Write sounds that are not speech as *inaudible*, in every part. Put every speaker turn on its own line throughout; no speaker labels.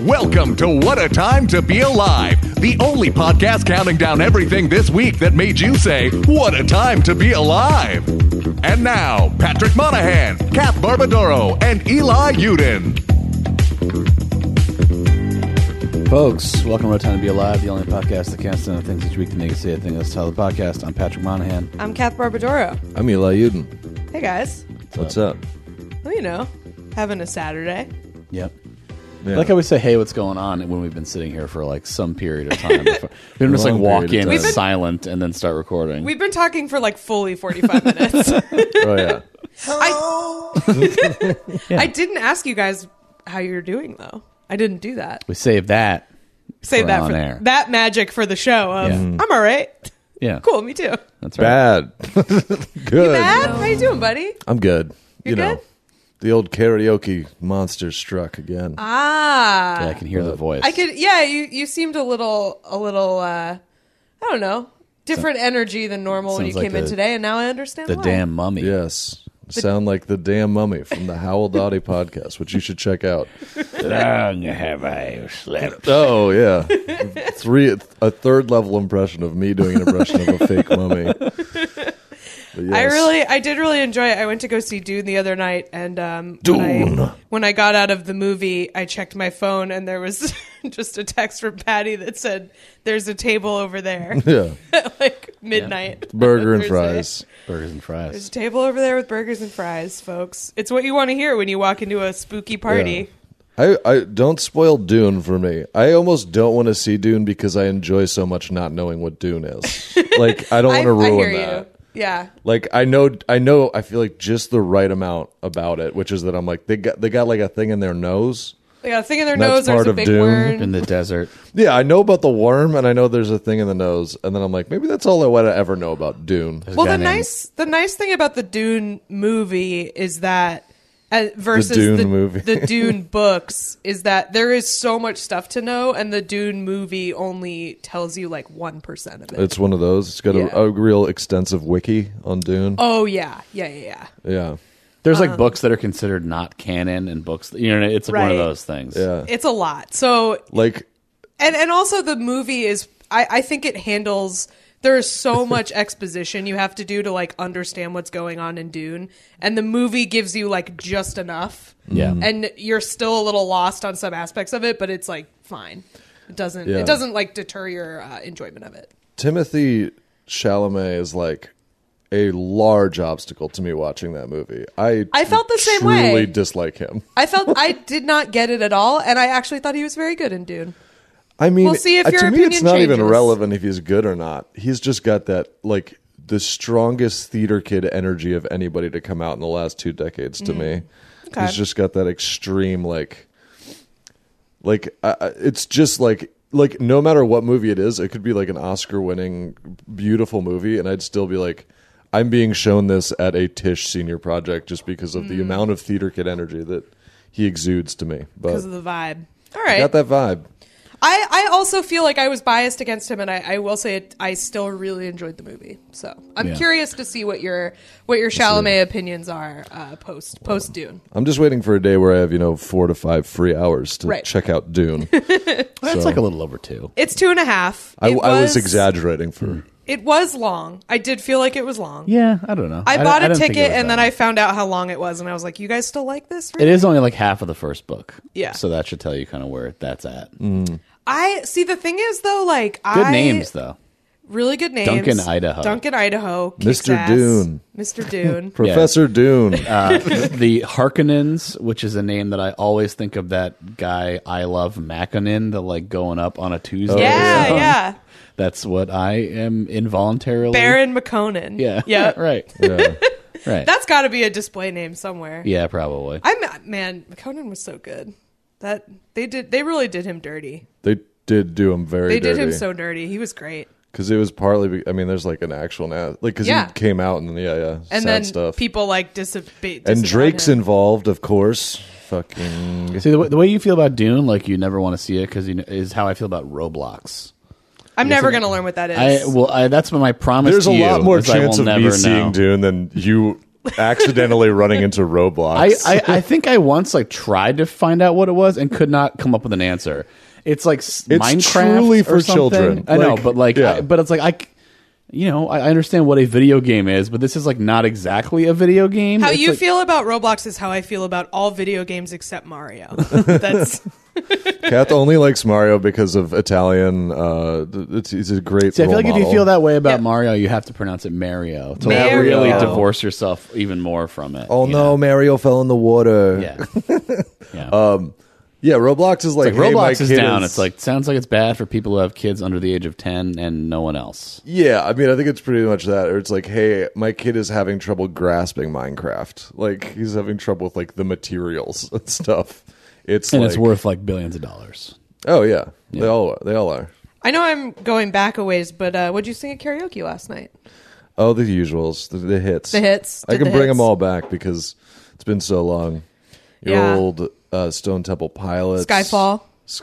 Welcome to What a Time to Be Alive, the only podcast counting down everything this week that made you say, What a Time to Be Alive. And now, Patrick Monahan, Kath Barbadoro, and Eli Uden.
Folks, welcome to Road Time to Be Alive, the only podcast that counts down the things each week to make it say a thing. That's how the podcast. I'm Patrick Monahan.
I'm Kath Barbadoro.
I'm Eli Uden.
Hey guys.
What's up?
Well, you know, having a Saturday.
Yep.
Yeah.
Like I always say, hey, what's going on? when we've been sitting here for like some period of *laughs* time, before. we didn't just like
Long
walk
period
in
of
and
time.
silent and then start recording.
We've been talking for like fully *laughs* 45 minutes.
oh *laughs* yeah.
I,
*laughs*
I didn't ask you guys how you're doing though. I didn't do that.
We saved that.
Save
We're
that
on
for
air.
that magic for the show of
Yeah.
I'm all right.
Yeah,
Cool, me too.
That's right.
*laughs*
Bad. good.
Bad? How you doing, buddy?
I'm good.
You're
you know,
good?
the old karaoke monster struck again.
Ah.
Yeah, I can hear the voice.
I could yeah, you you seemed a little a little uh I don't know, different energy than normal when you
Sounds like
came in
the-
today and now I understand
the
why.
damn mummy.
yes. Sound like the damn mummy from the Howl Dottie podcast, which you should check
*laughs*
out.
Long have I slept.
Oh yeah, *laughs* three a third level impression of me doing an impression of a
*laughs*
fake mummy. But
I
yes.
really, I did really enjoy it. I went to go see Dune the other night, and um, When, I, when I got out of the movie, I checked my phone, and there was *laughs* just a text from Patty that said, "There's a table over there
*laughs* yeah
at *laughs* like midnight. *laughs*
burger and
Thursday.
fries.
Burgers and
There's
fries.
a table over there with burgers and fries, folks. It's what you want to hear when you walk into a spooky party.
I, I don't spoil Dune for me. I almost don't want to see Dune because I enjoy so much not knowing what
*laughs*
Dune is. like I don't want to ruin that.
you. Yeah,
Like I know I know I feel like just the right amount about it, which is that I'm like they got they got like a thing in their nose.
they got a thing in their nose.
That's
There's
part
a
of
big
Dune.
In
worm.
the desert.
Yeah, I know about the worm and I know there's a thing in the nose, and then I'm like maybe that's all I want to ever know about Dune.
Well,
guy
the
named-
nice, the nice thing about the Dune movie is that uh, versus
Dune movie. *laughs*
the Dune books is that there is so much stuff to know, and the Dune movie only tells you like one percent of it.
It's one of those. It's got
Yeah.
a, a real extensive wiki on Dune.
oh yeah, yeah, yeah, yeah.
Yeah.
There's
Um,
like books that are considered not canon and books. That, you know, it's like one
Right.
of those things.
Yeah.
It's a lot. So
Like
and and also the movie is I I think it handles. There is
*laughs*
so much exposition you have to do to like understand what's going on in Dune, and the movie gives you like just enough.
Yeah.
and you're still a little lost on some aspects of it, but it's like fine. It doesn't
Yeah.
it doesn't like deter your uh, enjoyment of it.
Timothy Chalamet is like a large obstacle to me watching that movie. I
I felt the same
truly
way.
dislike him.
I felt I did not get it at all, and I actually thought he was very good in Dune.
I mean,
We'll see if
uh,
your
to me, it's
opinion
not even
changes.
relevant if he's good or not. He's just got that like the strongest theater kid energy of anybody to come out in the last two decades to me.
Mm-hmm. Okay.
He's just got that extreme like, like I I- it's just like like no matter what movie it is, it could be like an Oscar-winning beautiful movie, and I'd still be like. I'm being shown this at a Tish senior project just because of
Mm.
the amount of theater kid energy that he exudes to me. But
Because of the vibe. All
I
right.
got that vibe.
I, I also feel like I was biased against him, and I, I will say it, I still really enjoyed the movie. So I'm
Yeah.
curious to see what your what your Chalamet opinions are uh, post post Dune.
I'm just waiting for a day where I have, you know, four to five free hours to
Right.
check out Dune.
*laughs*
That's like a little over two.
It's two and a half.
I,
It
I was exaggerating for.
It was long. I did feel like it was long.
Yeah, I don't know.
I,
d-
bought a
didn't think it
ticket
was
and
that
then
long.
I found out how long it was, and I was like, "You guys still like this?"
It is only like half of the first book.
Yeah.
So that should tell you kind of where that's at.
Mm.
I see. The thing is, though, like
Good
I
names, though.
really good names.
Duncan, Idaho.
Duncan Idaho, kicks
Mr.
ass.
Dune.
*laughs*
Mr. Dune.
Professor Dune.
Uh, the Harkonnens, which is a name that I always think of that guy I love, Mackinnon, the like going up on a Tuesday. or
yeah,
something. *laughs*
yeah.
That's what I am involuntarily.
Baron McConan.
Yeah.
yeah.
*laughs* right.
yeah.
Right.
That's got to be a display name somewhere.
yeah, probably.
I'm man. McConan was so good that they did. They really did him dirty.
They did do him very
They did
dirty.
him so dirty. He was great.
Because it was partly, be- I mean, there's like an actual, na- like, because
Yeah.
he came out and then, yeah, yeah.
And
sad
then
stuff.
people like dissipate.
and Drake's involved, of course. Fucking.
See, the, way- the way you feel about Dune, like you never want to see it because you know, is how I feel about Roblox.
I'm never gonna learn what that is.
I well, I, that's my promise.
There's
to
a
you,
lot more
is I will
chance of me
never know.
*laughs*
seeing Dune than you accidentally running into Roblox.
I, I, I think I once like tried to find out what it was and could not come up with an answer. It's like s-
It's
Minecraft
truly
or
for
something.
children.
I know,
Like,
but like,
yeah.
I- but it's like I, c- you know, I I understand what a video game is, but this is like not exactly a video game.
How
It's,
you
like-
feel about Roblox is how I feel about all video games except
*laughs*
Mario. That's
Kath only likes Mario because of Italian. Uh, th- it's, he's a great.
See, I feel
role
like if you
model.
feel that way about
Yeah.
Mario, you have to pronounce it Mario to like,
Mario.
really divorce yourself even more from it.
Oh
you
no,
know?
*laughs* Mario fell in the water.
Yeah. yeah.
Yeah, Roblox is like,
like,
Uh, hey, my
Roblox is
kid
down. It's like sounds like it's bad for people who have kids under the age of ten and no one else.
yeah. I mean, I think it's pretty much that. Or it's like, hey, my kid is having trouble grasping Minecraft. Like he's having trouble with like the materials *laughs* and stuff. It's
And
like,
it's worth like billions of dollars.
Oh yeah, they all they all are.
I know I'm going back a ways, but uh, what'd you sing at karaoke last night?
Oh, the usuals, the, the hits,
The hits.
I
Did
can
the
bring
hits.
them all back because it's been so long. Your
Yeah.
old uh, Stone Temple Pilots,
Skyfall.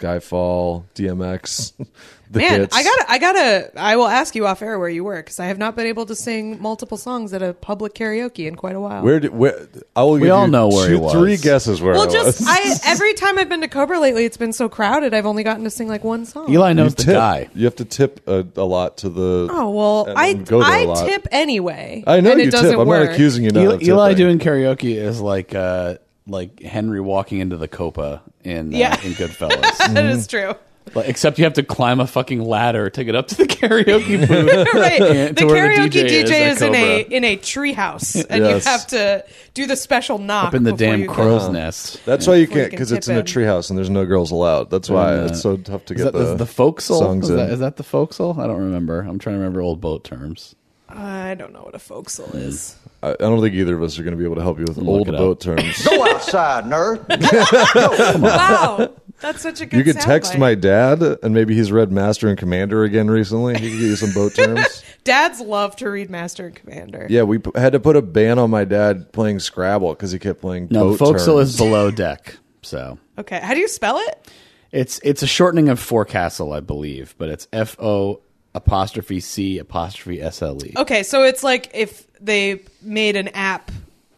Skyfall, DMX, *laughs* the
Man,
hits.
I gotta, I gotta, I will ask you off air where you were because I have not been able to sing multiple songs at a public karaoke in quite a while.
Where did where? I will. We give
all
you
know where
two,
he was.
Three guesses where.
well,
I
just
was.
I every time I've been to Cobra lately, it's been so crowded. I've only gotten to sing like one song.
Eli knows the
tip.
guy.
*laughs* You have to tip a, a lot to the.
oh well,
and
I
then go there a
I
lot.
tip anyway.
I know
and
you
it doesn't
tip. I'm
work.
not accusing you. Not
Eli,
of
Eli
tipping.
doing karaoke is like uh, like Henry walking into the Copa in uh,
Yeah.
in Goodfellas. *laughs*
*laughs* That is
*laughs*
true. *laughs*
Like, except you have to climb a fucking ladder to get up to the *laughs* karaoke booth.
right.
Yeah, to
the
where the
karaoke
DJ
DJ,
is at
is, in a
Cobra.
in a tree house,
*laughs*
and
Yes.
you have to do the special knock
up in the
before
damn
you go.
crow's nest.
That's why you
Before you
can't
can
because it's
tip
in a
in.
treehouse and there's no girls allowed. That's why
And, uh,
it's so tough to
Is
get
that the,
the,
the folksel?
songs
Is that,
in.
is that the folksel? I don't remember. I'm trying to remember old boat terms.
I don't know what a folksel is.
I, I don't think either of us are going to be able to help you with old
it up.
*laughs*
boat terms.
Go outside, nerd.
wow, that's such a good.
you could
sound
text
bite.
my dad and maybe he's read Master and Commander again recently. He could get you
*laughs*
some boat terms.
dads love to read Master and Commander.
Yeah, we p- had to put a ban on my dad playing Scrabble because he kept playing
No,
boat
the folksel
terms.
is below deck. So
Okay, how do you spell it?
it's it's a shortening of forecastle, I believe, but it's F O apostrophe C apostrophe S L E.
Okay, so it's like if they made an app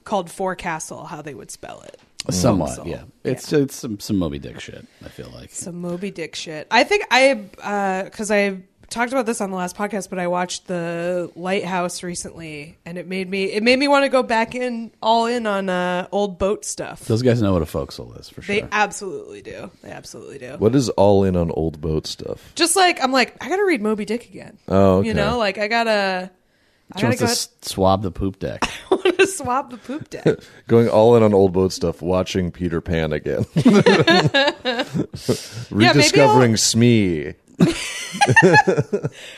called Forecastle, how they would spell it.
Somewhat, yeah. It's it's some, some Moby Dick shit. I feel like.
Some Moby Dick shit. I think I because I talked about this on the last podcast, but I watched the Lighthouse recently, and it made me it made me want to go back in all in on uh, old boat stuff.
Those guys know what a forecastle is for sure.
they absolutely do. They absolutely do.
What is all in on old boat stuff?
Just like I'm like I gotta read Moby Dick again.
Oh, okay.
you know, like I gotta. I
She
gotta
wants
go
to s- swab the poop
*laughs*
deck.
want to swap the poop deck.
Going all in on old boat stuff, watching Peter
*laughs*
Pan again. Rediscovering Smee.
a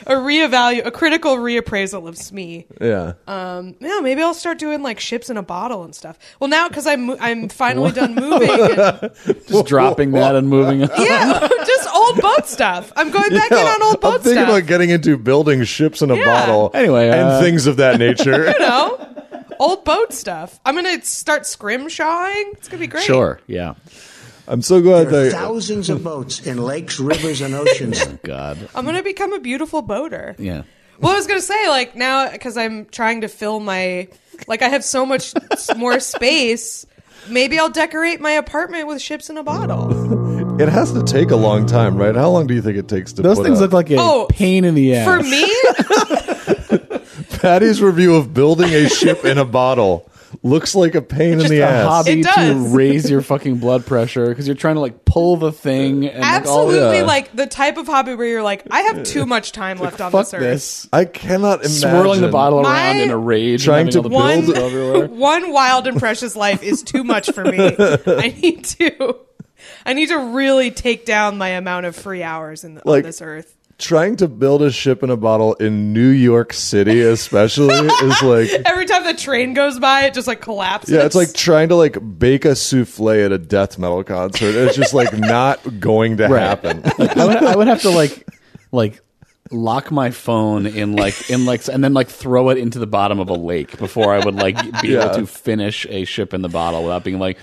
reevaluate, a critical reappraisal of E. Smee.
Yeah.
No, maybe I'll start doing like ships in a bottle and stuff. Well, now because I'm mo- I'm finally done moving. And,
Just dropping that and moving on.
*laughs* yeah, just old boat stuff. I'm going back in on old
I'm
boat
thinking
stuff.
about getting into building ships in a
Yeah.
bottle.
Anyway,
and
uh,
things of
*laughs*
that nature.
you know, old boat stuff. I'm gonna start scrimshawing. It's gonna be
*laughs*
great.
Sure. Yeah.
I'm so glad
There are
that
thousands of boats in lakes, rivers, and oceans.
Oh, God.
I'm gonna become a beautiful boater.
Yeah.
Well, I was gonna say like now because I'm trying to fill my like I have so much s- more space. Maybe I'll decorate my apartment with ships in a bottle.
it has to take a long time, right? How long do you think it takes to
Those
put
things
a-
look like a
Oh,
pain in the ass.
For me,
*laughs*
Patty's review of building a ship in a bottle looks like a pain in
Just
the
a
ass.
hobby to
It does.
*laughs* raise your fucking blood pressure because you're trying to like pull the thing. And, Like, all,
absolutely
yeah.
like the type of hobby where you're like, I have too much time left on
fuck
this earth.
this.
I cannot imagine
Swirling the bottle
My-
around in a rage,
Trying
and having
to
all the
One,
pills everywhere.
one wild and precious life is too much for me.
*laughs*
I need to, I need to really take down my amount of free hours in the,
Like-
on this earth.
Trying to build a ship in a bottle in New York City, especially, is like
Every time the train goes by, it just like collapses.
yeah, it's like trying to like bake a souffle at a death metal concert. It's just like not going to happen.
I would, I would have to like like lock my phone in like in like and then like throw it into the bottom of a lake before I would like be
Yeah.
able to finish a ship in the bottle without being like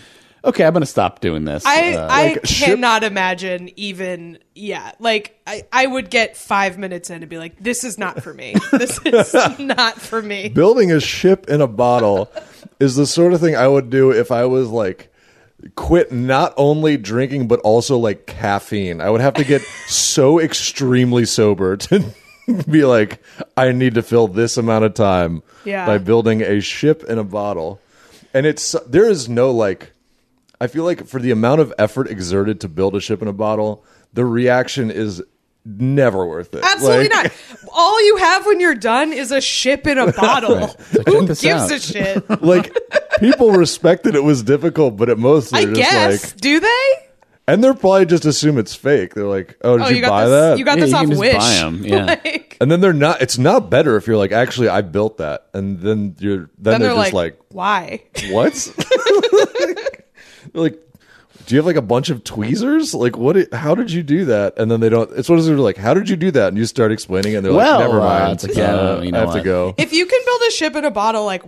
okay, I'm going to stop doing this.
I
Uh,
I
like, ship-
cannot imagine even yeah like I, I would get five minutes in and be like this is not for me this
*laughs*
is not for me
building a ship in a bottle is the sort of thing I would do if I was like quit not only drinking but also like caffeine. I would have to get so extremely sober *laughs* to be like I need to fill this amount of time
Yeah.
by building a ship in a bottle. And it's there is no like I feel like for the amount of effort exerted to build a ship in a bottle, the reaction is never worth it.
absolutely
Like-
not *laughs* all you have when you're done is a ship in a bottle
So *laughs* check
who
this
*laughs* gives
out.
a shit
like people respect that it was difficult, but at most
I
they're just
guess
like,
do they
and they're probably just assume it's fake. They're like, oh, did
oh
you,
you,
buy
got this
that?
you got
Yeah,
this
you
off
can just
Wish
buy
*laughs*
'em, yeah.
like,
and then they're not. It's not better if you're like, actually, I built that, and then you're then,
then
they're,
they're
just
like,
like,
why
what? *laughs* they're like. Do you have like a bunch of tweezers? Like, what? i- how did you do that? And then they don't. It's one of those where, like, how did you do that? And you start explaining, it and they're
Well,
like, never
uh,
mind.
it's like, yeah,
Uh,
you know
I have to
what.
go.
if you can build a ship in a bottle, like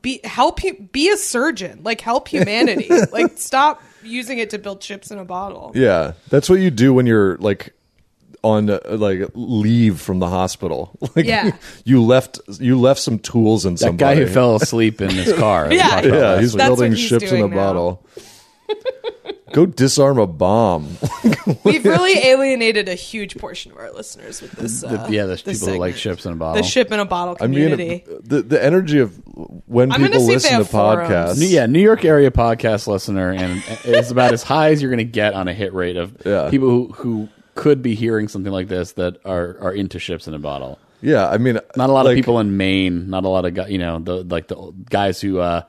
be help hu- be a surgeon, like help humanity, like stop using it to build ships in a bottle.
Yeah, that's what you do when you're like on uh, like leave from the hospital. *laughs* Like
Yeah.
you left you left some tools in
that
somebody.
guy who fell asleep in his car. that we
*laughs* Yeah.
talked about
*laughs* yeah,
last
he's
week.
That's what
building
he's
ships in a
doing now. *laughs*
bottle. Go disarm a bomb.
We've really alienated a huge portion of our listeners with this. Uh,
yeah, there's
this
people who like
segment.
ships in a bottle.
The ship in a bottle
I mean,
community.
it- the the energy of when
I'm gonna
people
see if they
listen to
have forums.
podcasts.
New- Yeah, New York area podcast listener, and it's about as high as you're going to get on a hit rate of
Yeah.
people who, who could be hearing something like this that are, are into ships in a bottle.
yeah. I mean,
Not a lot
like,
of people in Maine. Not a lot of guys. You know, the like the old guys who uh,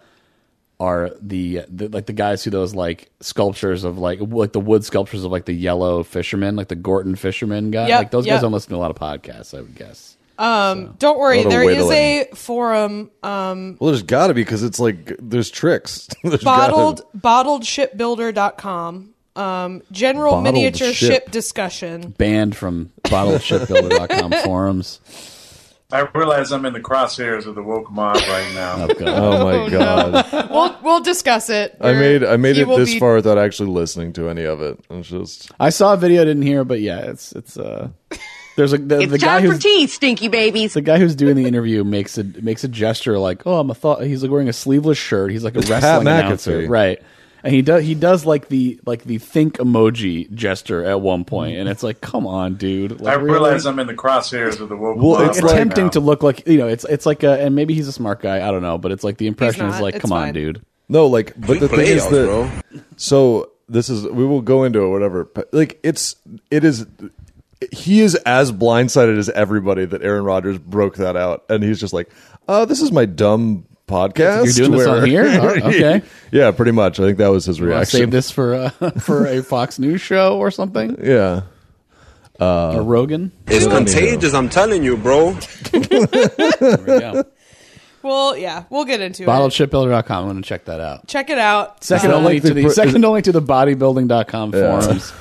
are the, the like the guys who those like sculptures of like like the wood sculptures of like the yellow fishermen, like the Gorton fisherman guy.
Yep,
like those
yep.
guys don't listen to a lot of podcasts. I would guess.
um, don't worry,
Lot of
there is
whittling.
a forum um,
Well, there's got to be because it's like there's tricks. *laughs* There's gotta-
bottled bottledshipbuilder.com. Um, general
Bottled
miniature
ship.
ship discussion.
Banned from bottleshipbuilder.com forums.
I realize I'm in the crosshairs of the woke mob right now.
God.
Oh
*laughs*
my god!
We'll we'll discuss it.
I made I made
He
it
will
this
be-
far without actually listening to any of it. It's just
I saw a video, didn't hear, but yeah, it's it's uh. There's a the,
It's
the guy
time for
who's
tea, stinky babies.
the guy who's doing the interview makes a makes a gesture like, "Oh, I'm a thought." He's like wearing a sleeveless shirt. He's like a wrestling
Pat
announcer,
McAfee.
right? And he does he does like the like the think emoji gesture at one point, and it's like, "Come on, dude!"
I
Like, really?
realize I'm in the crosshairs of the woke
Well,
mob.
it's
right
attempting
now.
to look like you know, it's it's like a, and maybe he's a smart guy. I don't know, but it's like the impression is
not.
like,
It's
"Come on,
fine.
dude."
No, like, but the thing is that. So this is we will go into it, whatever. But like, it's it is. He is as blindsided as everybody that Aaron Rodgers broke that out, and he's just like, "Uh, this is my dumb podcast."
You're doing this on
*laughs*
here? Oh, okay.
yeah, pretty much. I think that was his
I
reaction.
save this for uh, *laughs* for a Fox News show or something.
Yeah,
or Rogan.
It's contagious, I'm telling you, bro.
There we go.
Well, yeah, we'll get into it.
BottledShipBuilder.com. I'm going to check that out.
Check it
*laughs*
out.
Second
Uh,
only
like
to
the
the
pr-
second only to the bodybuilding.com
*laughs*
forums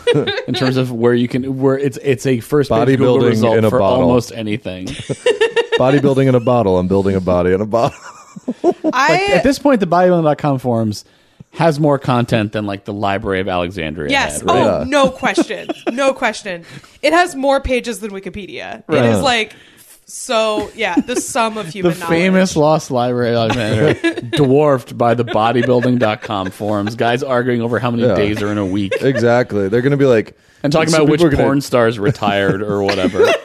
in terms of where you can where it's it's a first page Google
Bodybuilding
result
in a
for
bottle.
almost anything.
*laughs* bodybuilding in a bottle. I'm building a body in a bottle. *laughs*
I
At this point, the bodybuilding.com forums has more content than like the Library of Alexandria.
yes.
had, right?
Oh, no question. No question. It has more pages than Wikipedia. It is like so. Yeah, the sum
*laughs*
of
the
human knowledge.
famous lost library of Alexandria
*laughs*
dwarfed by the bodybuilding.com forums. Guys arguing over how many
Yeah.
days are in a week
exactly. They're gonna be like,
and talking
some
about which
people are
porn
gonna-
stars retired or whatever.
*laughs*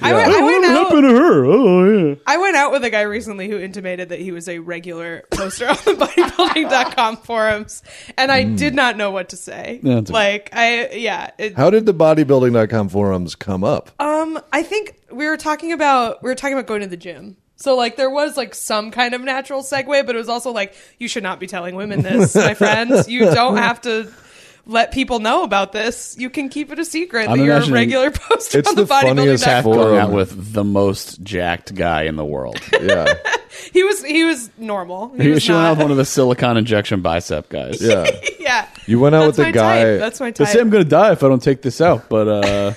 I, went, I went out.
to her? Oh yeah.
I went out with a guy recently who intimated that he was a regular poster on the
*laughs*
bodybuilding.com forums, and I did not know what to say.
Hmm. That's okay.
like I yeah. It,
How did the bodybuilding.com forums come up?
Oh.
Um, I think we were talking about we were talking about going to the gym. So like there was like some kind of natural segue, but it was also like you should not be telling women this,
*laughs*
my friends. You don't have to let people know about this. You can keep it a secret
I'm
that you're a
imagining-
regular *laughs* poster
It's
on the,
the
bodybuilding.
funniest
Half-
half-
Going out
Forum.
with the most jacked guy in the world.
Yeah,
he was he was normal.
*laughs*
He,
He was
was
showing
not,
off one of the silicon injection bicep guys.
yeah.
*laughs* yeah.
You went out
That's
with
my
the guy.
type. That's my
They
type.
say I'm going to die if I don't take this out, but uh,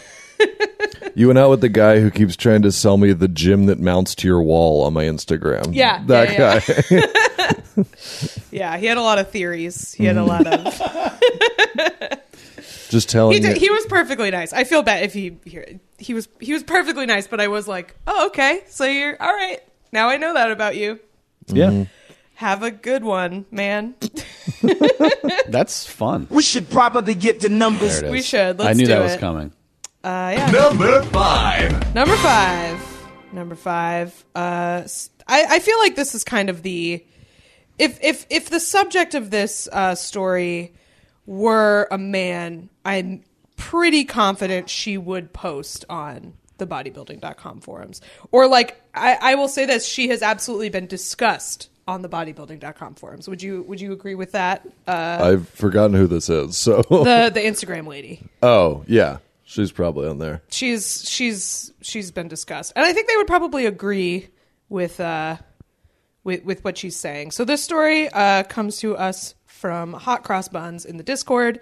You went out with the guy who keeps trying to sell me the gym that mounts to your wall on my Instagram.
Yeah,
That
yeah, yeah.
guy. *laughs*
Yeah, he had a lot of theories. He had a lot of.
Just telling
He did,
you.
he was perfectly nice. I feel bad if he he- he was he was perfectly nice, but I was like, oh okay, so you're all right. Now I know that about you.
Yeah,
Have a good one, man.
that's fun.
We should probably get the numbers.
There it
We
is.
should. Let's
I knew
do
that
it.
was coming.
Uh, yeah.
Number five.
Number five. Number five. Uh, s- I, I feel like this is kind of the if if if the subject of this uh, story were a man, I'm pretty confident she would post on the bodybuilding.com forums. Or like I, I will say this, she has absolutely been discussed on the bodybuilding.com forums. Would you would you agree with that? Uh,
I've forgotten who this is. So,
the the Instagram lady.
*laughs* oh yeah, she's probably on there.
she's she's she's been discussed and i think they would probably agree with uh with with what she's saying so this story uh comes to us from hot cross buns in the discord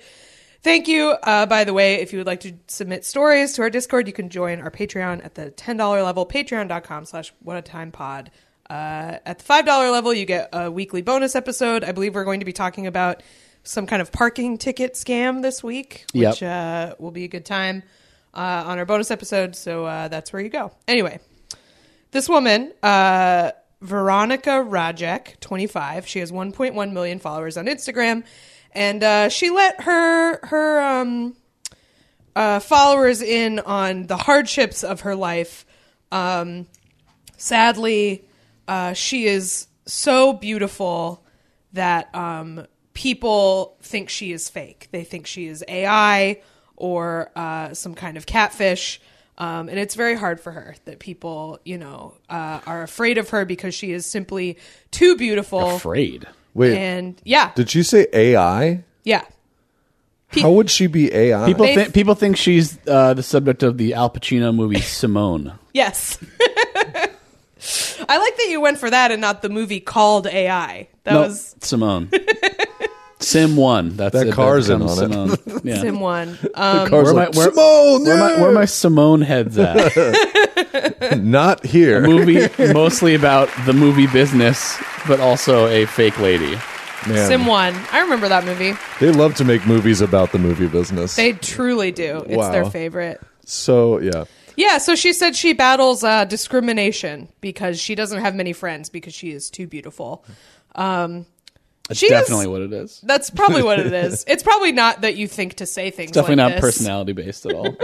thank you uh by the way if you would like to submit stories to our discord you can join our patreon at the $10 level patreon.com slash what a time pod uh, at the $5 level you get a weekly bonus episode i believe we're going to be talking about some kind of parking ticket scam this week
Yep.
which uh, will be a good time uh, on our bonus episode. So uh, that's where you go. Anyway, this woman, uh, Veronica Rajek, 25, she has 1.1 million followers on Instagram, and uh, she let her her um, uh, followers in on the hardships of her life. Um, sadly, uh, she is so beautiful that um, people think she is fake. They think she is AI or uh, some kind of catfish. Um, and it's very hard for her that people, you know, uh, are afraid of her because she is simply too beautiful.
Afraid.
Wait,
And yeah,
did you say AI?
yeah.
How would she be AI?
People
They-
think people think she's uh, the subject of the Al Pacino *laughs* movie Simone.
Yes. *laughs* I like that you went for that and not the movie called AI. That
no,
was *laughs*
Simone. Sim one. That's
That
it.
car's in
becomes
on
*laughs*
it.
Simone. Yeah.
Sim one. Um,
Cars
Where,
like,
my, where,
Simone,
where, my,
yeah!"
where my Simone heads *laughs* at?
not here.
movie mostly about the movie business, but also a fake lady.
Man,
Sim one. I remember that movie.
They love to make movies about the movie business.
They truly do. It's
Wow.
their favorite.
so yeah,
Yeah, so she said she battles uh, discrimination because she doesn't have many friends because she is too beautiful. Um,
That's
she is-
definitely what it is.
*laughs* That's probably what
*laughs*
it is. It's probably not that you think to say things.
Definitely
like
not
this.
personality based at all.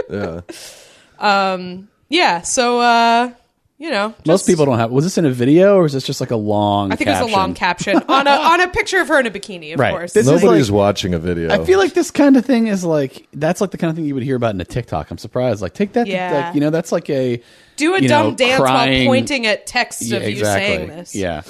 Yeah. So uh, you know,
Most
just-
people don't have. Was this in a video or is this just like a long?
I think it's a long caption on a on
*laughs*
a picture of her in a bikini. Of
Right.
course.
This is
nobody's
like-
watching a video.
I feel like this kind of thing is like that's like the kind of thing you would hear about in a TikTok. I'm surprised. Like take that,
Yeah.
like, you know, that's like a
Do a
you
dumb
know,
dance
crying-
while pointing at text
yeah,
of you saying this.
Yeah,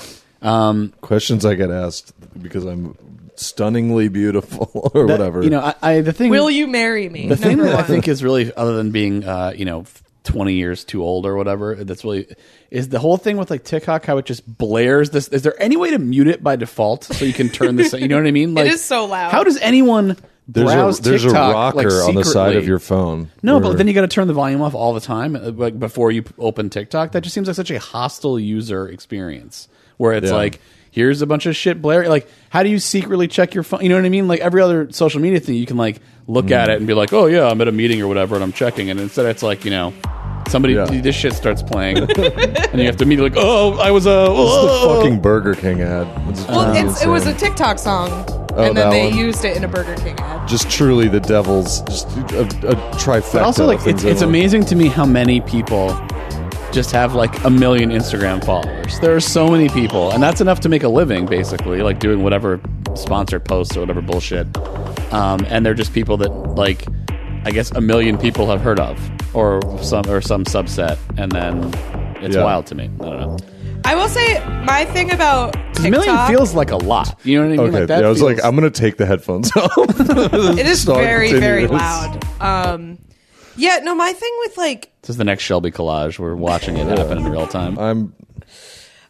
questions I get asked because I'm stunningly beautiful *laughs* or
That-
whatever.
You know, I, I the thing.
Will you marry me?
The thing
Number
that I
one.
think is really, other than being, uh, you know, f- 20 years too old or whatever, that's really, is the whole thing with like TikTok, how it just blares this. Is there any way to mute it by default so you can turn this, you know what I
*laughs*
mean? Like,
is so loud.
How does anyone
there's
browse
a there's
TikTok
a rocker
like,
on the side of
secretly?
your phone.
No, but
Or-
then you got to turn the volume off all the time, uh, like before you p- open TikTok. That just seems like such a hostile user experience, where it's
Yeah.
like, here's a bunch of shit blaring. Like, how do you secretly check your phone? You know what I mean? Like every other social media thing, you can like look
Hmm.
at it and be like, oh yeah, I'm at a meeting or whatever, and I'm checking. And instead, it's like you know, somebody
Yeah.
this shit starts
*laughs*
playing, and you have to immediately like, oh, I was a uh,
It's the
whoa."
fucking Burger King ad. It's
Well,
truly
it's, it was a
insane.
TikTok song,
Oh,
and then
that
they
one.
used it in a Burger King ad.
just truly the devil's just a, a trifecta.
But also,
of
like
things
it's it's
I love.
amazing to me how many people just have like a million Instagram followers. There are so many people, and that's enough to make a living, basically, like doing whatever sponsored posts or whatever bullshit. Um, and they're just people that like, I guess, a million people have heard of, or some or some subset, and then it's
Yeah.
wild to me. I don't know.
I will say my thing about
A million
TikTok.
feels like a lot. You know what I mean?
Okay,
that
yeah, I was
feels-
like, I'm gonna take the headphones *laughs* off.
it is
Sorry,
very very
*laughs*
continue.
loud. Um, yeah, no, my thing with like
This is the next Shelby collage. We're watching it happen in real time.
I'm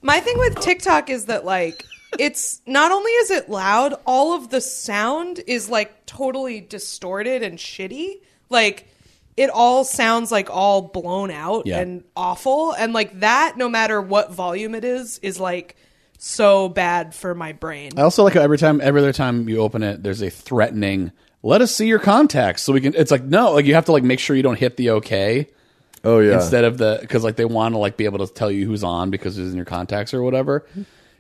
my thing with TikTok is that like it's not only is it loud, all of the sound is like totally distorted and shitty. Like it all sounds like all blown out
Yeah.
and awful and like that no matter what volume it is is like so bad for my brain.
I also like how every time, every other time you open it, there's a threatening. Let us see your contacts so we can. It's like no, like you have to like make sure you don't hit the okay
Oh yeah.
instead of the because like they want to like be able to tell you who's on because it's in your contacts or whatever.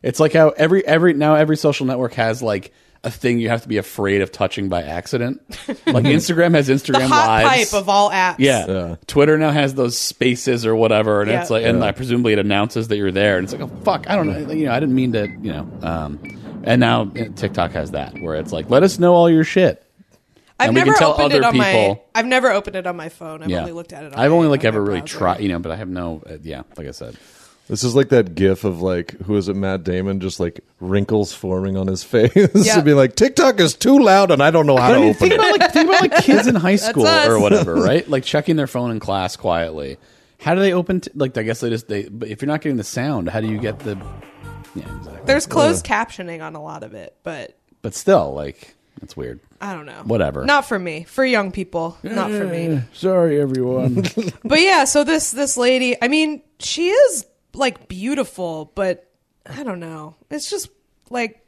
It's like how every every now every social network has like a thing you have to be afraid of touching by accident. like Instagram has Instagram
the hot
lives.
pipe of all apps.
yeah. Twitter now has those spaces or whatever, and
Yeah.
it's like, and like, presumably it announces that you're there, and it's like, oh fuck, I don't know, you know, I didn't mean to, you know, um, and now eh, TikTok has that where it's like, let us know all your shit.
I've
and we
never
can tell
opened
other
it on my.
people-
I've never opened it on my phone. I've only looked at it. on
I've
my-
only like
on my
ever really
browser.
tried, you know, but I have no, eh, yeah, like I *laughs* said,
This is like that gif of like who is it, Matt Damon, just like wrinkles forming on his *laughs* face
Yeah.
and be like, TikTok is too loud and I don't know how to open
think
it.
about like think about like kids in high school
us.
or whatever, *laughs* right? Like checking their phone in class quietly. How do they open? T- like I guess they just they. But if you're not getting the sound, how do you get the? Yeah, exactly.
There's closed captioning on a lot of it, but
But still, like that's weird.
I don't know.
Whatever. Eh,
Not for me. For young people. Not for me.
Sorry, everyone.
*laughs*
*laughs*
But yeah, so this this lady, I mean, she is like beautiful, but I don't know. It's just like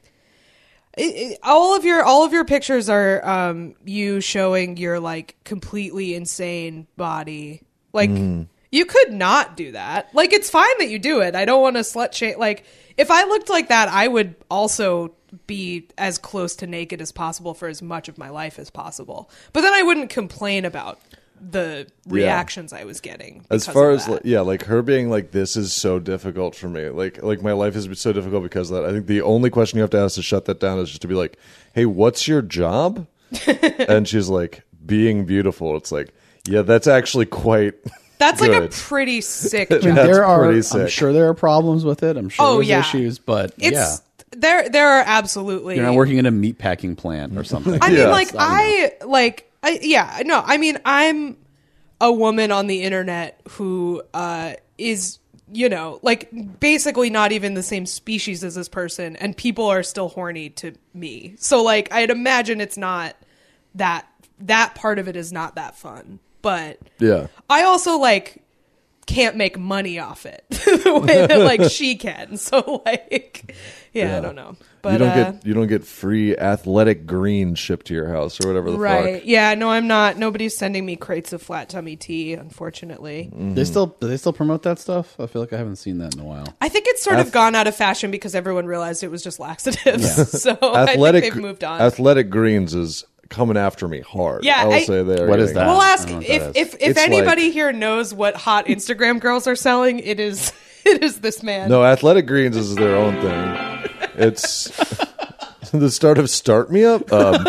it, it- all of your all of your pictures are um you showing your like completely insane body. Like
Mm.
you could not do that. Like it's fine that you do it. I don't want to slut shame. Like if I looked like that, I would also be as close to naked as possible for as much of my life as possible. But then I wouldn't complain about the reactions I was getting.
as
because
far
of
as
that.
like, yeah like her being like this is so difficult for me like like my life has been so difficult because of that i think the only question you have to ask to shut that down is just to be like hey what's your job
*laughs*
and she's like being beautiful it's like yeah that's actually quite *laughs*
that's like a
good.
*laughs*
pretty sick
I mean,
job.
That's
there are.
pretty
I'm
sick.
sure there are problems with it. I'm sure
Oh,
there's
yeah.
issues, but
It's
yeah,
there. There are absolutely.
you're not working in a meat packing plant or something.
I mean,
Yeah.
like I, like I, yeah, no, I mean, I'm a woman on the internet who uh, is, you know, like basically not even the same species as this person, and people are still horny to me. So, like, I'd imagine it's not that that part of it is not that fun, but
yeah
I also like can't make money off it *laughs* the way that like she can. So, *laughs* like, yeah, I don't know, but
you don't
uh,
get you don't get free athletic greens shipped to your house or whatever the
Right.
fuck
Yeah. No, I'm not. Nobody's sending me crates of flat tummy tea, unfortunately.
Mm.
they still do they still promote that stuff. I feel like I haven't seen that in a while.
I think it's sort of gone out of fashion because everyone realized it was just laxatives. *laughs* so I
athletic
think they've moved on.
athletic greens is coming after me hard
Yeah,
i'll
I-
say there
What is that?
we'll
I don't
ask
know what that
if,
is.
if if
It's
anybody
like-
here knows what hot Instagram girls are selling. It is *laughs* it is this man.
No, Athletic Greens is their own thing. It's *laughs* the start of Start Me Up. Um,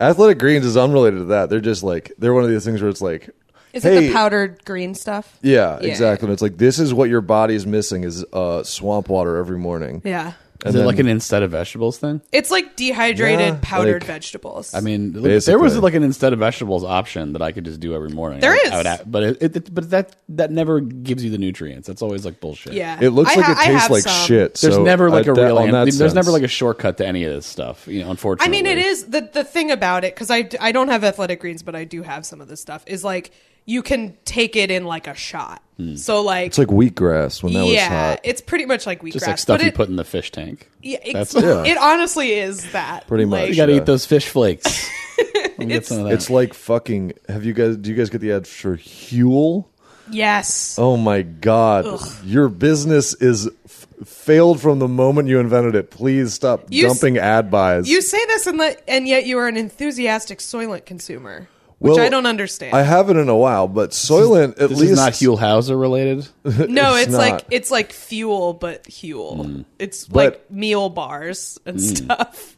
Athletic Greens is unrelated to that. They're just like they're one of these things where it's like,
Is
hey,
it the powdered green stuff?
Yeah,
Yeah.
exactly. And it's like this is what your body is missing is uh, swamp water every morning.
Yeah.
Is it like an instead of vegetables thing?
It's like dehydrated
Yeah,
powdered
like-
vegetables.
I mean, if there
Basically.
was like an instead of vegetables option that I could just do every morning.
There
I would-
is.
I would have- but it, it, it- but that that never gives you the nutrients. That's always like bullshit.
yeah.
It looks
I
like
ha-
it
I
tastes
have
like
some.
shit.
There's
so
never like
I-
a
that-
real.
on
an-
that
there's never
sense.
like a shortcut to any of this stuff. You know,
I
unfortunately.
mean, it is the the thing about it because I, d- I don't have athletic greens, but I do have some of this stuff. Is like you can take it in like a shot. So like,
It's like wheatgrass when that was
yeah,
hot.
it's pretty much like wheatgrass.
just like stuff
but
you
it,
put in the fish tank.
yeah, it's- *laughs*
That's- Yeah.
it honestly is that
Pretty
Like,
much.
You got to
Yeah.
eat those fish
*laughs*
flakes. Let me get some of that.
It's like fucking. Have you guys? Do you guys get the ad for Huel?
Yes,
Oh my God! Your business is f- failed from the moment you invented it. Please stop
You s-
dumping ad buys.
you say this and the, and yet you are an enthusiastic Soylent consumer, which
Well,
I don't understand.
I haven't in a while, but Soylent at
this
least
is not Huel Hauser related.
no,
it's
it's, like
not.
it's like fuel, but fuel. It's like
But-
meal bars and stuff.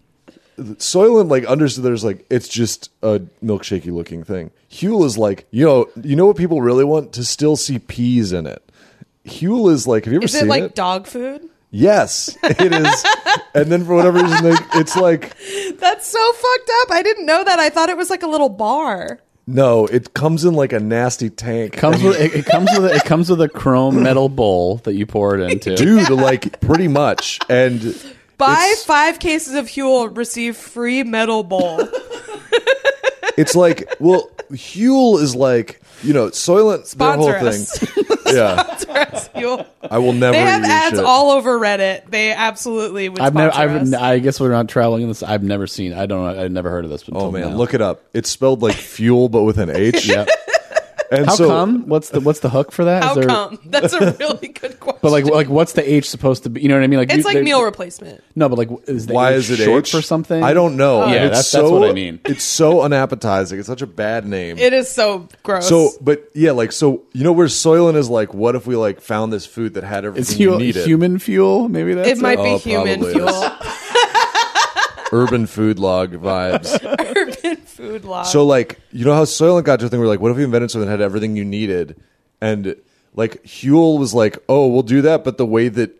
Soylent like understood. There's like it's just a milkshakey looking thing. Huel is like you know you know what people really want to still see peas in it. Huel is like have you ever
Is
seen
it like dog food?
yes,
*laughs*
it is. and then for whatever reason, they, it's like
That's so fucked up. I didn't know that. I thought it was like a little bar.
no. It comes in like a nasty tank.
Comes with it, it comes with a, it comes with a chrome metal bowl that you pour it into.
dude like pretty much and
Buy
it's,
five
*laughs*
cases of Huel, receive free metal bowl.
it's like well Huel is like, you know, Soylent,
Sponsor
their whole
us. *laughs*
thing. *laughs* yeah.
You'll-
I will never
they have
use
ads
shit.
all over Reddit. They absolutely would.
I've never.
sponsor
I've,
us.
I guess we're not traveling this. I've never seen. I don't. know. I've never heard of this.
Oh man, look it up. It's spelled like fuel but with an H.
Yep.
And
How
so
come? What's the What's the hook for that? Is
How
there-
come? *laughs* That's a really
*laughs*
good question.
But like, like, what's the H supposed to be? You know what I mean? Like,
it's
you-
like
they-
meal replacement.
No, but like, is the
why
H
is it
short
H?
for something? Oh,
I don't know.
Yeah,
It's
that's-
so,
that's what I mean.
It's so unappetizing. It's such a bad name.
It is so gross.
so, but yeah, like so, you know where Soylent is like, what if we like found this food that had
It's
everything you
hu-
needed?
human fuel. Maybe that's
it might be
Oh,
human
probably
fuel,
urban food log vibes.
*laughs* urban food log. *laughs*
so like, you know how Soylent got to a thing where like, what if we invented something that had everything you needed? And like Huel was like, oh, we'll do that, but the way that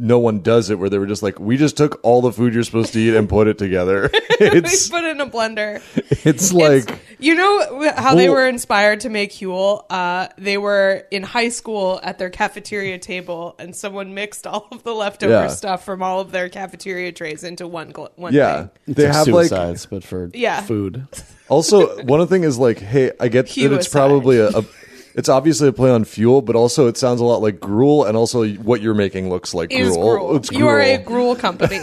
no one does it, where they were just like, we just took all the food you're supposed to eat and put
*laughs*
it together. *laughs*
we
It's
put it in a blender.
it's like
It's- you know how they
Well-
were inspired to make Huel. Uh, they were in high school at their cafeteria table, and someone mixed all of the leftover
Yeah.
stuff from all of their cafeteria trays into one gl- one
yeah,
thing.
they have like
suicides, but for
Yeah.
food.
*laughs* Also, one of the thing is like, hey, I get that it's
Huicide.
probably a, a, *laughs* it's obviously a play on fuel, but also it sounds a lot like gruel, and also what you're making looks like
It was
gruel.
gruel.
It's
You are a
gruel.
gruel
*laughs*
company.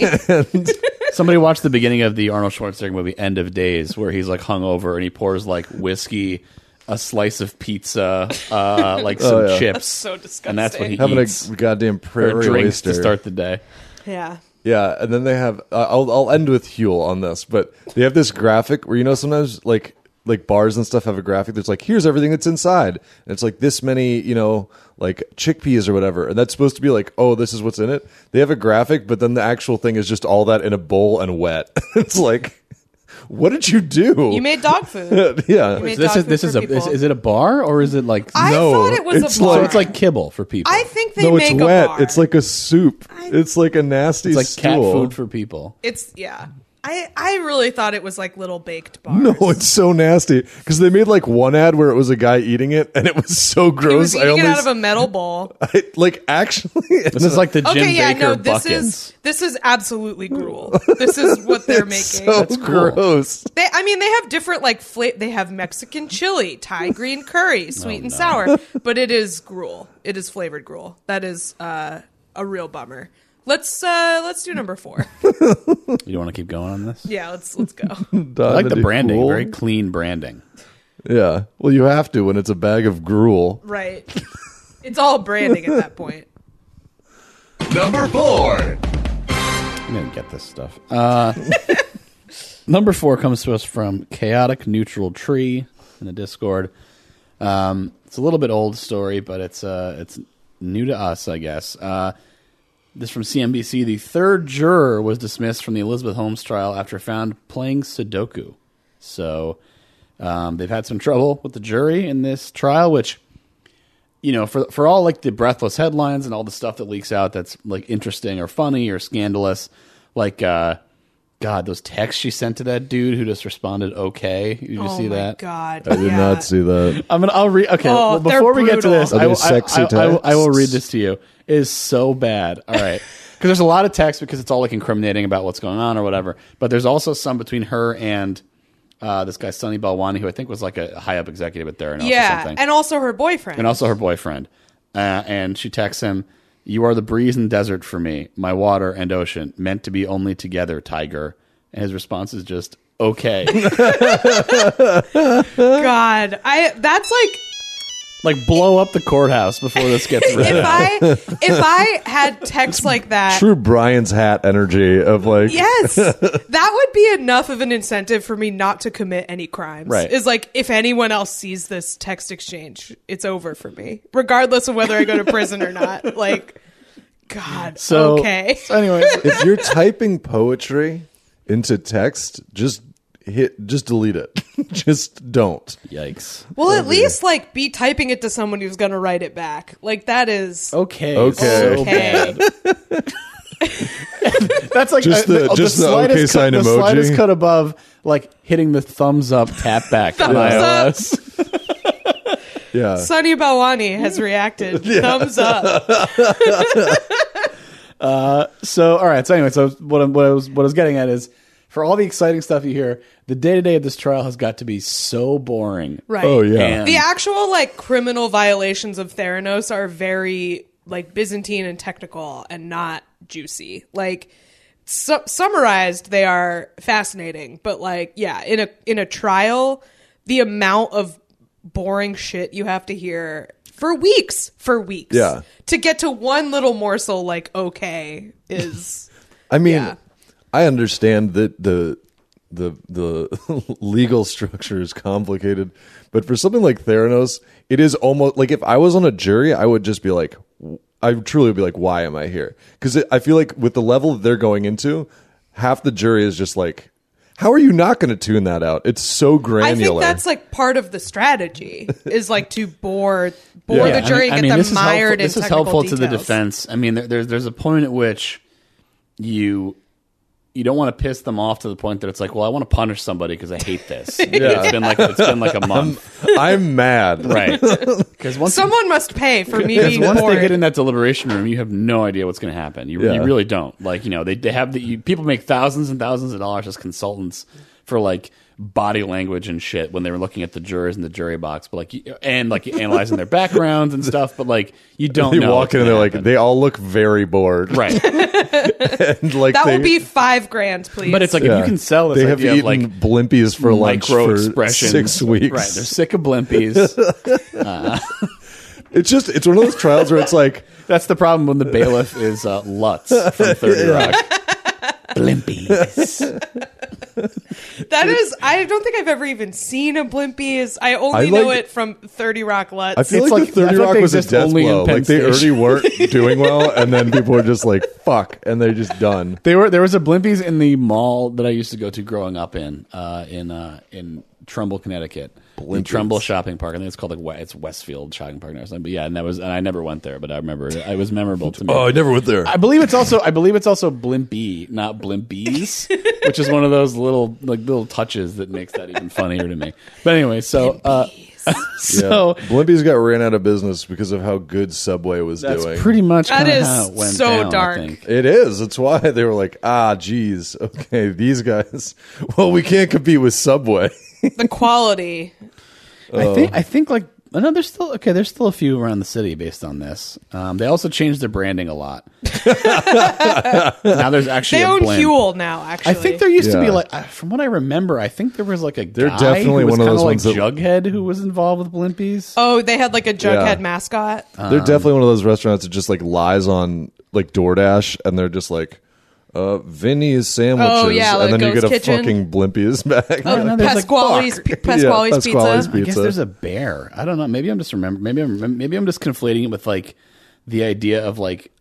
Somebody watched the beginning of the Arnold Schwarzenegger movie End of Days, where he's like hungover and he pours like whiskey, a slice of pizza,
*laughs*
uh, like some
Oh, yeah.
chips,
so
and that's what he
having
eats
a goddamn
or
prairie
drinks
oyster.
to start the day.
yeah.
yeah, and then they have. Uh, I'll I'll end with Huel on this, but they have this graphic where you know sometimes like like bars and stuff have a graphic that's like here's everything that's inside, and it's like this many you know like chickpeas or whatever, and that's supposed to be like oh this is what's in it. They have a graphic, but then the actual thing is just all that in a bowl and wet. *laughs* it's like. What did you do?
You made dog
*laughs*
food.
yeah.
made
this
dog
is
food
this
for
is a is,
people.
is it a bar or is it like
I
no?
thought it was
it's
a bar.
like-
So it's like kibble for people.
I think they
no,
make
it's
a
wet.
bar.
It's like a soup. it's like a nasty
it's like cat
stool.
food for people.
it's yeah. I I really thought it was like little baked bars.
*laughs* no, it's so nasty because they made like one ad where it was a guy eating it, and it was so gross.
he was
I
eating
only
it out of a metal bowl.
I- like actually, *laughs*
This is like the Jim
Okay, yeah,
Baker
no, this
buckets.
is this is absolutely gruel. This is what
*laughs*
they're making.
so gross.
They, I mean, they have different like fla- They have Mexican chili, Thai
*laughs*
green curry,
Oh,
sweet and sour, but it is gruel. It is flavored gruel. That is uh, a real bummer. Let's uh, let's do
*laughs*
number four.
You don't want to keep going on this.
Yeah, let's let's go.
I like the
Divinity
branding,
gruel.
very clean branding.
Yeah, well, you have to when it's a bag of gruel.
Right, it's all branding at that point.
Number four.
I'm gonna get this stuff. Uh, *laughs* number four comes to us from Chaotic Neutral Tree in the Discord. Um, it's a little bit old story, but it's uh, it's new to us, I guess. Uh, this from CNBC. The third juror was dismissed from the Elizabeth Holmes trial after found playing Sudoku. So um, they've had some trouble with the jury in this trial, which you know, for for all like the breathless headlines and all the stuff that leaks out that's like interesting or funny or scandalous, like uh God, those texts she sent to that dude who just responded okay. Did you
oh
see
my
that?
god!
I did not see that.
I'm gonna. I'll read. Okay,
Oh,
well,
they're
before we get to
brutal.
this,
Are
I
they
will, I-
sexy
I, I will, I will read
texts?
this to you. It is so bad. All
*laughs*
right, because there's a lot of text because it's all like incriminating about what's going on or whatever. But there's also some between her and uh, this guy Sonny Balwani, who I think was like a high up executive at Theranos or
Yeah,
something,
and also her boyfriend.
and also her boyfriend. Uh, and she texts him, "You are the breeze and desert for me, my water and ocean, meant to be only together, tiger." And his response is just
*laughs*
okay,
God, I that's like
like blow up the courthouse before this gets
*laughs*
read. out.
if I if I had texts
*laughs*
like that.
True Brian's hat energy of like
Yes, that would be enough of an incentive for me not to commit any crimes.
Right.
Is like if anyone else sees this text exchange, it's over for me, regardless of whether I go to prison
*laughs*
or not. Like, God.
So
okay.
*laughs* So anyways,
*laughs* if you're typing poetry into text, just hit, just delete it. *laughs* just don't.
yikes.
Well, at least like be typing it to someone who's gonna write it back. Like that is
Okay.
Okay.
So
Okay.
bad. *laughs* That's like
Just
uh,
the- just the okay
slightest
sign
cut, The
emoji.
slightest cut above, like hitting the thumbs up tap back on
Thumbs up.
iOS.
Yeah.
Sonny Balwani
*laughs*
has reacted. Thumbs up.
So all right. So anyway, so what I'm, what I was what I was getting at is. for all the exciting stuff you hear, the day to day of this trial has got to be so boring.
Right.
Oh yeah.
And-
The actual like criminal violations of Theranos are very like Byzantine and technical and not juicy. Like su- summarized, they are fascinating, but like yeah, in a in a trial, the amount of boring shit you have to hear for weeks, for weeks,
Yeah.
to get to one little morsel like okay is
I mean,
Yeah.
I understand that the the the *laughs* legal structure is complicated, but for something like Theranos, it is almost like if I was on a jury, I would just be like, I would truly be like, why am I here? Because I feel like with the level that they're going into, half the jury is just like, how are you not going to tune that out? It's so
I
*laughs*
think
granular.
that's like part of the strategy is like to bore bore
Yeah.
the jury and get them
is helpful-
mired in
This is
technical
helpful to the
details.
defense. I mean, there, there's there's a point at which you you don't want to piss them off to the point that it's like, well, I want to punish somebody because I hate
*laughs*
this. It's been like it's been like a
Um,
month,
I'm
*laughs*
*laughs*
mad.
right? Because once
Someone must pay for me
Because
being
once
bored.
they get in that deliberation room, you have no idea what's going to happen. You,
Yeah.
you really don't. Like you know, they, they have the you, people make thousands and thousands of dollars as consultants for like body language and shit when they were looking at the jurors in the jury box, but like you, and like analyzing their backgrounds and stuff. But like
*laughs*
you don't
*laughs* They
know
walk
what's
in and they're
gonna
like,
happen.
they all look very bored. *laughs*
right.
And, like
that
they,
will be five grand, please.
But it's like if you can sell this
They have
idea
eaten
of like
blimpies for lunch
micro
for
expressions,
six weeks.
right? They're sick of
*laughs*
blimpies.
It's just it's one of those trials where it's like
That's the problem when the bailiff is uh, Lutz
*laughs*
from Thirty Rock. Blimpies.
that is, I don't think I've ever even seen a Blimpie. Is I only
I
know
like-
it from Thirty Rock Lutz.
I feel
It's
like,
like-
the Thirty
I thought
Rock
they
was a
exist
death
only in
blow.
Penn
Like they already
Station. *laughs*
weren't doing well, and then people were just like "fuck," and they're just done.
They were there was a Blimpies in the mall that I used to go to growing up in uh, in uh, in Trumbull, Connecticut. In Trumbull Shopping Park. I think it's called like We- it's Westfield Shopping Park now or something. But yeah, and that was and I never went there, but I remember it, it was memorable to me.
Oh, never went there.
I believe it's also I believe it's also Blimpie, not Blimpies,
*laughs*
which is one of those little like little touches that makes that even funnier to me. But anyway, so uh, *laughs* so
Blimpies got ran out of business because of how good Subway was
that's
doing.
pretty much
That
kinda
is
how it went
so
down, I
dark.
think.
it is. It's why *laughs* they were like, ah, geez, okay, these guys. *laughs* Well, we can't compete with Subway.
the quality.
I think I think like oh, no, there's still okay. There's still a few around the city based on this. Um, they also changed their branding a
*laughs*
lot. now there's actually
They
a
own
blend.
Huel now. Actually,
I think there used to be
Yeah.
like, I- from what I remember, I think there was like a
They're
guy
definitely
who was
one of
kinda
those
like
ones that-
Jughead who was involved with Blimpies.
Oh, they had like a Jughead
Yeah.
mascot.
They're definitely one of those restaurants that just like lies on like DoorDash, and they're just like, uh, Vinny's sandwiches,
Oh, yeah, like
and then you
Ghost
get a
Kitchen.
fucking Blimpies back.
Oh,
*laughs*
no, there's like-
Pasquale's,
fuck.
P-
Yeah,
Pasquale's
Pasquale's
pizza.
I guess
pizza.
there's a bear. I don't know. Maybe I'm just remember. Maybe I'm maybe I'm just conflating it with like the idea of like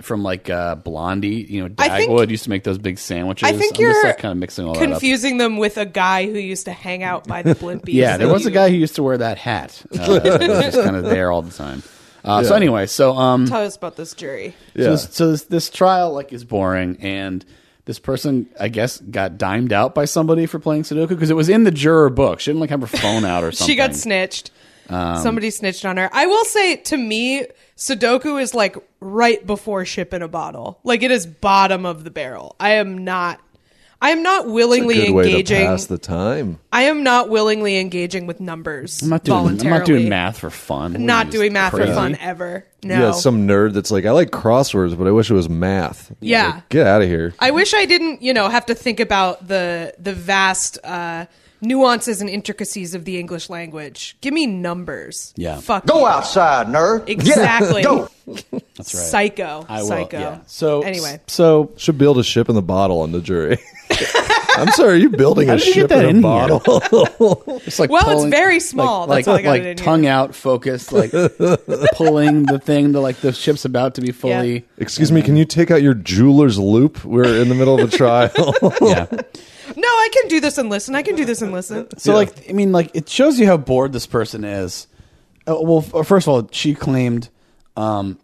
from like uh, Blondie. You know,
I think-
Dagwood used to make those big sandwiches.
I think
I'm
you're
just, like, kind of mixing all that up.
confusing them with a guy who used to hang out
*laughs*
by the Blimpies.
Yeah, there
that
was a
you
guy who used to wear that hat. Uh, that was just kind of there all the time. Uh, So anyway, so um, so,
Tell us about this jury.
this, so this, this trial like is boring, and this person I guess got dimed out by somebody for playing Sudoku because it was in the juror book. She didn't like have her phone out or something. Um,
*laughs* She got snitched. Somebody snitched on her. I will say to me, Sudoku is like right before ship in a bottle. Like it is bottom of the barrel. I am not I am not willingly
good way to
engaging.
pass the time.
I am not willingly engaging with numbers.
I'm not doing. I'm
voluntarily.
not doing math for fun. What are
Not
you,
doing math
crazy?
for fun ever. No.
Yeah, some nerd that's like, I like crosswords, but I wish it was math.
Yeah.
Like, get out of here.
I wish I didn't, you know, have to think about the the vast uh, nuances and intricacies of the English language. Give me numbers.
Yeah.
Fuck.
Go
you.
outside, nerd. Get out.
*laughs* Exactly.
Go.
That's right.
Psycho.
I will,
Psycho.
yeah. So
anyway,
so
Should build a ship in the bottle on
*laughs*
the jury. *laughs* I'm sorry, are you building
How
a
did you get
ship
that
in
in
a
here?
bottle? *laughs*
It's like
Well, it's very small.
Like,
That's all I
like,
got
like
it in here.
tongue out, focused, like *laughs* pulling the thing to like the ship's about to be
*laughs*
fully.
Excuse me, can you take out your jeweler's loop? We're in the middle of a trial.
*laughs* Yeah.
no, I can do this and listen. I can do this and listen.
So like, I mean, like it shows you how bored this person is. Uh, well, f- first of all, she claimed, um,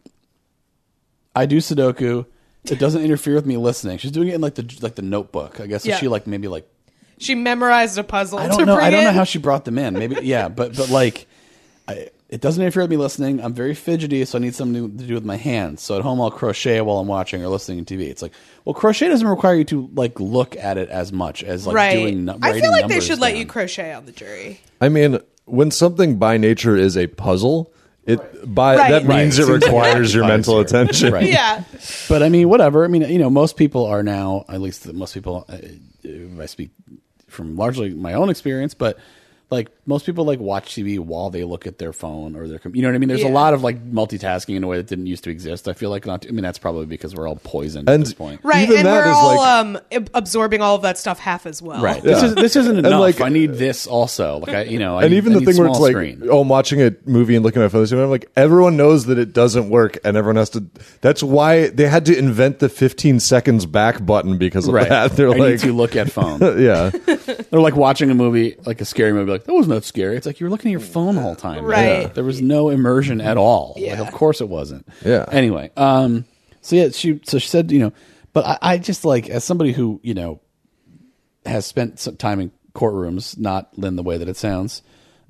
"I do Sudoku. It doesn't interfere with me listening." She's doing it in like the like the notebook, I guess. So
Yeah.
she like maybe like
She memorized a puzzle.
I
to
don't know.
Bring
I don't know
in.
how she brought them in. Maybe yeah, but but like, I, It doesn't interfere with me listening. I'm very fidgety, so I need something to do with my hands. So at home, I'll crochet while I'm watching or listening to TV. It's like, well, crochet doesn't require you to like look at it as much as like
right.
doing. nu-
I
writing
feel like they
numbers
should let
down.
you crochet on the jury.
I mean, when something by nature is a puzzle, it by
Right.
that
*laughs*
Right.
means it requires your mental attention.
Right.
Yeah.
But I mean, whatever. I mean, you know, most people are now, at least most people, uh, if I speak from largely my own experience, but like most people like watch TV while they look at their phone or their, com- you know what I mean? There's a
Yeah.
lot of like multitasking in a way that didn't used to exist. I feel like not, I mean, that's probably because we're all poisoned
And-
at this point.
Right.
Even
and
that
we're
is
all
like-
um, ab- absorbing all of that stuff half as well.
Right. This is this isn't enough.
like-
I need this also. Like I, you know, I
*laughs* And
need-
even
I
the
need
thing where
small
it's like,
screen.
oh, I'm watching a movie and looking at my phone. I'm like, everyone knows that it doesn't work, and everyone has to. That's why they had to invent the 15 seconds back button because of
right.
that. *laughs* They're
I
like,
need to look at phone.
yeah,
They're *laughs* like watching a movie, like a scary movie. Like that was not scary. It's like you were looking at your phone the whole time.
Right. Yeah.
There was no immersion at all. Like, of course it wasn't.
Yeah.
Anyway, um, so yeah, she so she said, you know, but I, I just like as somebody who you know has spent some time in courtrooms, not in the way that it sounds.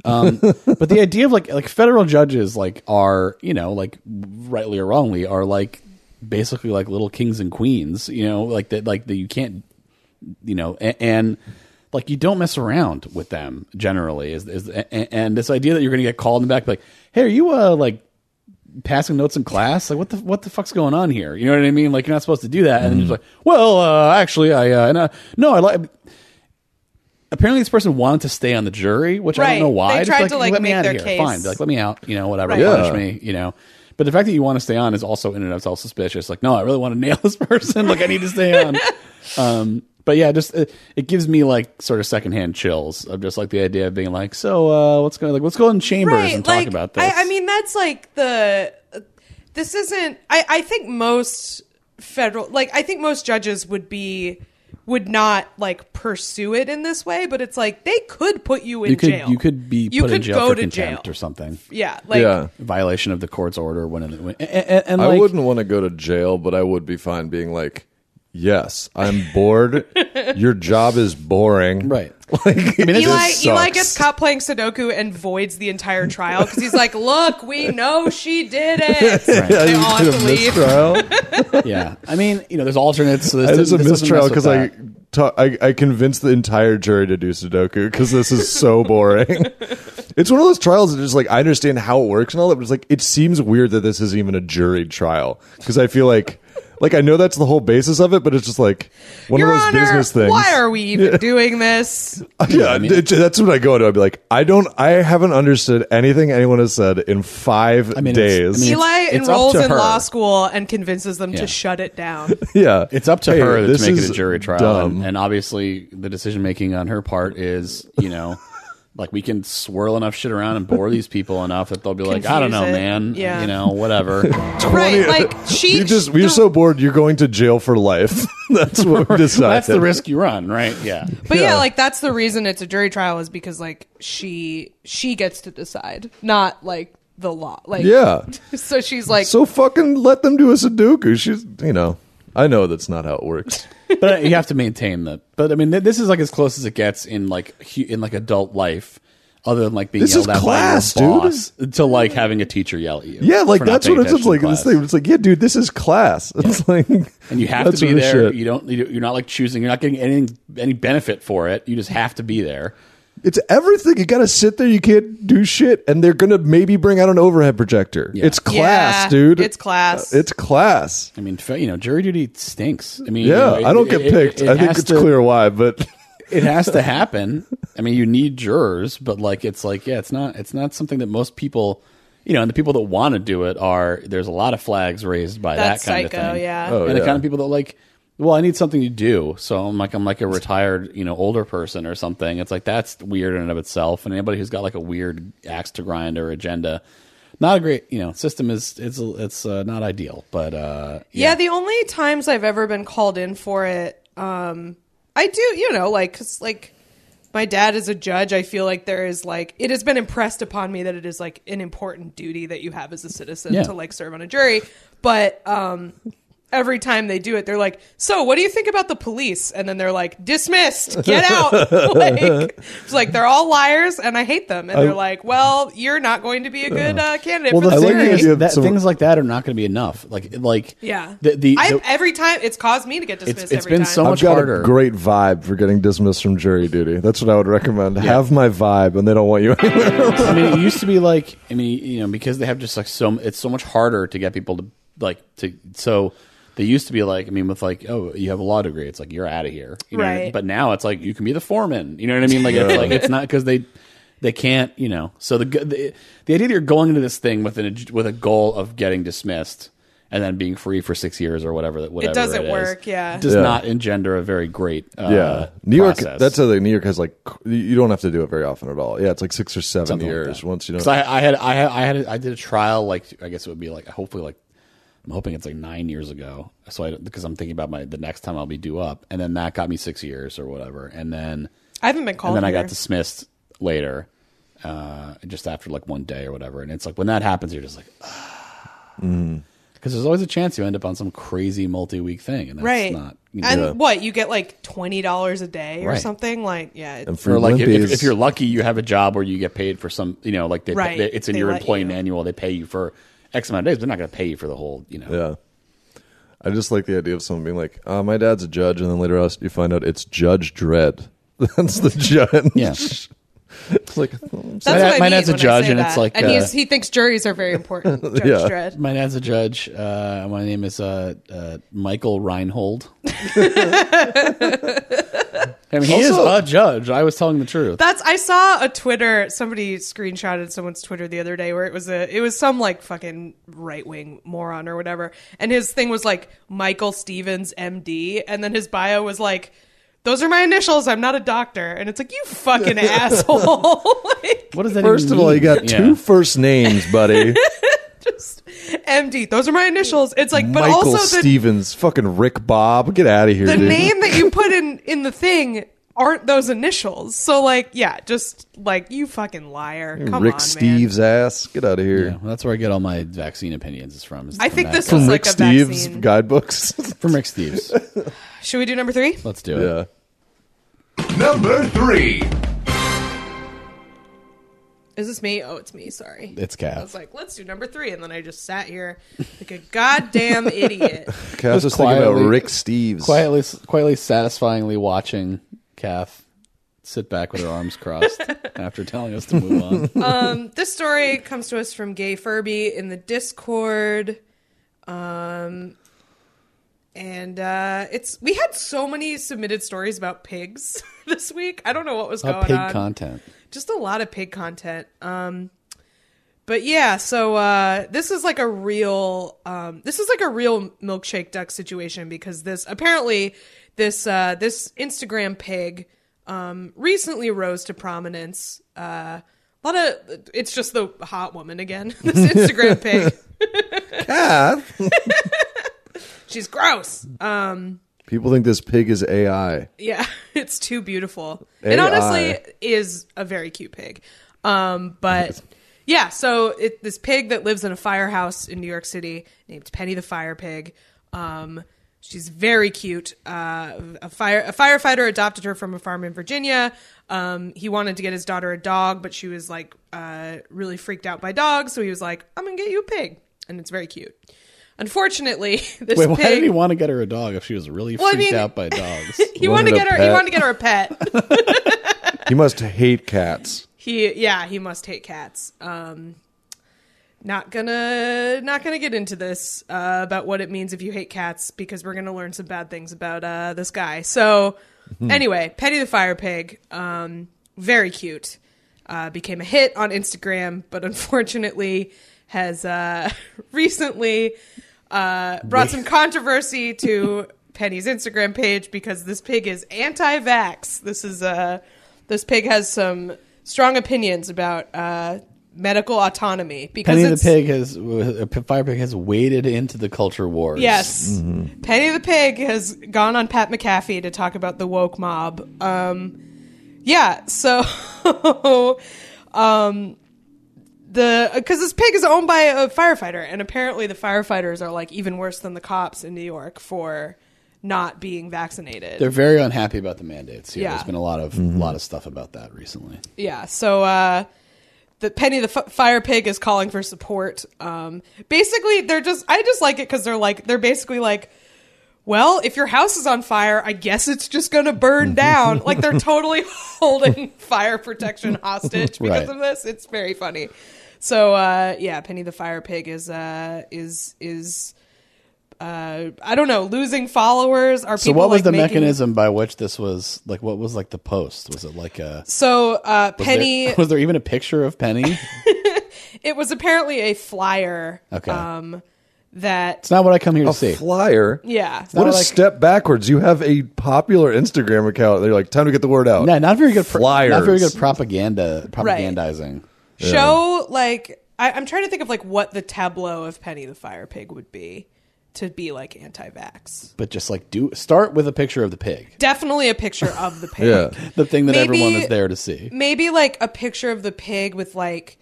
Um, but the idea of like like federal judges like are you know like rightly or wrongly are like basically like little kings and queens you know like that like that you can't you know and, and like you don't mess around with them generally is, is and, and this idea that you're gonna get called in the back like hey are you uh like passing notes in class like what the what the fuck's going on here you know what i mean like you're not supposed to do that and then you're just like well uh actually i uh and, uh, no i like apparently this person wanted to stay on the jury which i
Right.
don't know why
They
Just
tried to, like,
let me
make
out of here.
their case.
fine They're like let me out you know whatever
Right.
punish
Yeah.
me you know but the fact that you want to stay on is also in and of itself suspicious like no i really want to nail this person like i need to stay
*laughs*
on Um, but yeah, just it, it gives me like sort of secondhand chills of just like the idea of being like, so uh, what's going like let's go in chambers and talk
like,
about this.
I, I mean, that's like the. This isn't. I, I think most federal, like I think most judges would be would not like pursue it in this way, but it's like they could put you in
you could
jail.
you could be
You
put in
could
jail
go
for
to
contempt
jail.
or something,
yeah, like
yeah.
violation of the court's order. When, it- when and, and, and,
I
like,
wouldn't want to go to jail, but I would be fine being like, yes, I'm
*laughs*
bored. Your job is boring.
right.
*laughs* Like,
mean, it's-
Eli
this
Eli
sucks.
gets caught playing Sudoku and voids the entire trial because he's like, "Look, we know she did it."
*laughs*
Yeah,
They
you
all have
did a
to leave.
mistrial.
yeah, I mean you know there's alternates. So this
It was a
doesn't- this doesn't
mistrial
mess with
because I,
that.
ta- I I convinced the entire jury to do Sudoku because this
*laughs*
is so boring. it's one of those trials that just like I understand how it works and all that, but it's like it seems weird that this is even a jury trial because I feel like like I know that's the whole basis of it, but it's just like one
Your
of those
Honor,
business things.
why are we even doing this?
*laughs* yeah, it- that's what I go to. I'd be like, I don't, I haven't understood anything anyone has said in five
mean, it's- I
days.
mean, it's-
Eli
it's up
enrolls
to
in
her.
law school and convinces them
Yeah.
to shut it
*laughs*
down.
yeah,
It's up to
Hey,
her to
this
make it
is
a jury trial,
dumb.
and, and obviously the decision making on her part is, you
*laughs*
know, like we can swirl enough shit around and bore these people enough that they'll be like, I don't know,
Confuse it.
man,
Yeah.
you know,
*laughs*
whatever.
right? Like she
we just we're
the-
so bored. You're going to jail for life. *laughs* that's what we decided.
That's the risk you run, right? Yeah,
But yeah.
Yeah.
like that's the reason it's a jury trial is because like she she gets to decide, not like the law. Like
Yeah.
*laughs* So she's like
So fucking let them do a Sudoku. She's, you know, I know that's not how it works.
*laughs* but you have to maintain the. But I mean, th- this is like as close as it gets in like hu- in like adult life, other than like being
This is
yelled at
class,
by your
dude.
boss, to like having a teacher yell at you.
Yeah, like
for not
that's
paying
what it's it's
attention
like.
in
This
class.
thing, it's like, yeah, dude, this is class. It's like,
And you have to be there. You don't. you- You're not like choosing. You're not getting anything, any benefit for it. You just have to be there.
it's everything. You got to sit there. You can't do shit. And they're gonna maybe bring out an overhead projector.
Yeah.
It's class,
Yeah,
dude.
it's class.
It's class.
I mean, fa- you know, jury duty stinks. I mean, you
Yeah,
know, it-
I don't
it-
get
it-
picked.
it
I think
has
it's
to-
clear why, *laughs* but
It has to happen. I mean, you need jurors, but like, it's like, yeah, it's not, it's not something that most people, you know, and the people that want to do it are. There's a lot of flags raised by
That's
that kind
psycho,
of thing.
yeah.
Oh,
and the
yeah.
kind of people that like, well, I need something to do, so I'm like, I'm like a retired, you know, older person or something. It's like that's weird in and of itself. And anybody who's got like a weird axe to grind or agenda. Not a great, you know, system is it's it's uh, not ideal, but uh,
Yeah, the only times I've ever been called in for it, um, I do, you know, like, 'cause, like, my dad is a judge. I feel like there is, like, it has been impressed upon me that it is, like, an important duty that you have as a citizen
Yeah.
to, like, serve on a jury. But um, every time they do it, they're like, "So, what do you think about the police?" And then they're like, "Dismissed,
*laughs*
get out!" *laughs* like, it's like they're all liars, and I hate them. And they're like, "Well, you're not going to be a good uh, candidate
Well,
for
the
the
thing
series."
is- idea of
that,
some-
things like that are not going to be enough. Like like
yeah,
the the,
I,
the-
every time it's caused me to get dismissed.
it's
every
been
time.
so
I've
much
got
harder.
a great vibe for getting dismissed from jury duty. That's what I would recommend. Have my vibe, and they don't want you *laughs* anywhere.
I mean, it used to be like I mean, you know, because they have just like so it's so much harder to get people to like to so they used to be like I mean with like oh you have a law degree it's like you're out of here you know what I mean?
Right.
but now it's like you can be the foreman you know what I mean like it's like it's not because they they can't you know so the g- the, the idea that you're going into this thing with an ag- with a goal of getting dismissed and then being free for six years or whatever that whatever
doesn't
is,
work, yeah.
does
Yeah.
not engender a very great uh,
yeah, New York.
process.
That's the thing. New York has like c- you- you don't have to do it very often at all. Yeah, it's like six or seven
Something like
years
that.
once you know.
'Cause I, I had I had I had a, I did a trial like I guess it would be like hopefully like I'm hoping it's like nine years ago. So I because I'm thinking about my the next time I'll be due up, and then that got me six years or whatever, and then
I haven't been
and
called.
then I
here.
got dismissed later, uh, just after like one day or whatever. And it's like when that happens, you're just like.
Mm.
Because there's always a chance you end up on some crazy multi-week thing, and that's
right.
not. You know,
and what you get like twenty dollars a day or
Right.
something? Like, yeah, it's,
and for
or like if, if-
Olympias-
if you're lucky, you have a job where you get paid for some, you know, like they,
Right.
they- it's in
They
your
let
employee
you.
manual. They pay you for X amount of days. They're not going to pay you for the whole, you know.
Yeah. I just like the idea of someone being like, uh, my dad's a judge, and then later on you find out it's Judge Dredd. *laughs* That's the judge.
Yeah.
*laughs* it's like, oh,
that's
My
what
dad-
I
my
mean
dad's a
when I
judge,
say
and it's
that.
like,
and
uh,
he's, he thinks juries are very
*laughs*
important. Judge
Yeah.
Dredd.
My dad's a judge. Uh, my name is uh, uh, Michael
*laughs*
Reinhold. I mean, he is a judge. I was telling the truth.
That's I saw a Twitter somebody screenshotted someone's Twitter the other day where it was a it was some like fucking right wing moron or whatever, and his thing was like Michael Stevens M.D. and then his bio was like. Those are my initials. I'm not a doctor, and it's like you
*laughs*
fucking asshole. *laughs* like,
what does that?
first
even
of all,
mean?
you got
Yeah.
two first names,
*laughs*
buddy.
MD. Those are my initials. It's like, but
Michael
also the
Stevens, fucking Rick Bob. Get out of here,
the
dude.
name that you put in in the thing aren't those initials. So like, yeah, just like you fucking liar. Come
Rick
on, man.
Steves' ass. Get out of here.
Yeah, well, that's where I get all my vaccine opinions. Is from. is
I
from
think
that
this
guy.
was
From
like
Rick
a
Steves'
vaccine.
guidebooks. *laughs*
from Rick Steves.
Should we do number three?
Let's do it.
yeah.
Number three.
Is this me? Oh, it's me. Sorry.
It's
I
Cav.
was like, let's do number three, and then I just sat here like a goddamn idiot.
Okay, I
Just
was just thinking about
quietly-
Rick Steves.
quietly, quietly, satisfyingly watching Kath sit back with her arms
*laughs*
crossed after telling us to move on.
This story comes to us from Gay Furby in the Discord. Um, and uh, it's we had so many submitted stories about pigs *laughs* this week. I don't know what was
Uh,
going
pig
on.
content.
just a lot of pig content. Um, but yeah, so uh, this is like a real, um, this is like a real milkshake duck situation because this apparently this uh, this Instagram pig um, recently rose to prominence. Uh, a lot of it's just the hot woman again. *laughs* This Instagram pig,
Kath.
she's gross.
People think this pig is AI.
Yeah, *laughs* it's too beautiful.
AI.
It honestly is a very cute pig. Um, but yeah, so it, this pig that lives in a firehouse in New York City named Penny the Fire Pig. Um, she's very cute. Uh, a fire a firefighter adopted her from a farm in Virginia. Um, he wanted to get his daughter a dog, but she was like uh, really freaked out by dogs, so he was like, "I'm gonna get you a pig," and it's very cute. Unfortunately, *laughs* this
Wait, why
pig
did he want to get her a dog if she was really
Well, I
freaked
mean-
out by
*laughs*
dogs?
he wanted to
wanted a
get her he
pet?
wanted to get her a pet.
*laughs*
He must hate cats.
he yeah he must hate cats um not gonna not gonna get into this uh, about what it means if you hate cats because we're gonna learn some bad things about uh, this guy so anyway petty the fire pig um, very cute uh, became a hit on instagram but unfortunately has uh, *laughs* recently uh, brought some controversy to penny's instagram page because this pig is anti-vax this is uh, this pig has some strong opinions about uh, medical autonomy because
Penny the
it's,
pig has uh, fire pig has waded into the culture wars.
Yes. Penny the Pig has gone on Pat McAfee to talk about the woke mob. *laughs* Um, yeah, so um, the because this pig is owned by a firefighter, and apparently the firefighters are like even worse than the cops in New York for not being vaccinated.
They're very unhappy about the mandates. Yeah,
Yeah.
there's been a lot of lot of stuff about that recently.
Yeah. So uh, the Penny the F- Fire Pig is calling for support. Um, basically, they're just I just like it because they're like they're basically like, well, if your house is on fire, I guess it's just
*laughs*
gonna burn down. like they're totally *laughs* holding fire protection hostage
Right.
because of this. It's very funny. So uh, yeah, Penny the Fire Pig is uh, is is. Uh, I don't know. Losing followers are
So
people
what was
like,
the
making-
mechanism by which this was like? What was like the post? Was it like a
So uh,
was there-
Penny
*laughs* was there even a picture of Penny?
It was apparently a flyer.
Okay.
Um, that
It's not what I come here to
A
see.
flyer.
yeah.
What a
like-
step backwards! You have a popular Instagram account. They're like, time to get the word out.
no, not very good. pro- Not very
Flyers.
good propaganda. Propagandizing.
Show like I, I'm trying to think of like what the tableau of Penny the Fire Pig would be to be like anti-vax.
But just like do start with a picture of the pig,
Definitely a picture
*laughs*
of the pig.
Yeah.
the thing that
Maybe-
everyone is there to see.
Maybe like a picture of the pig with like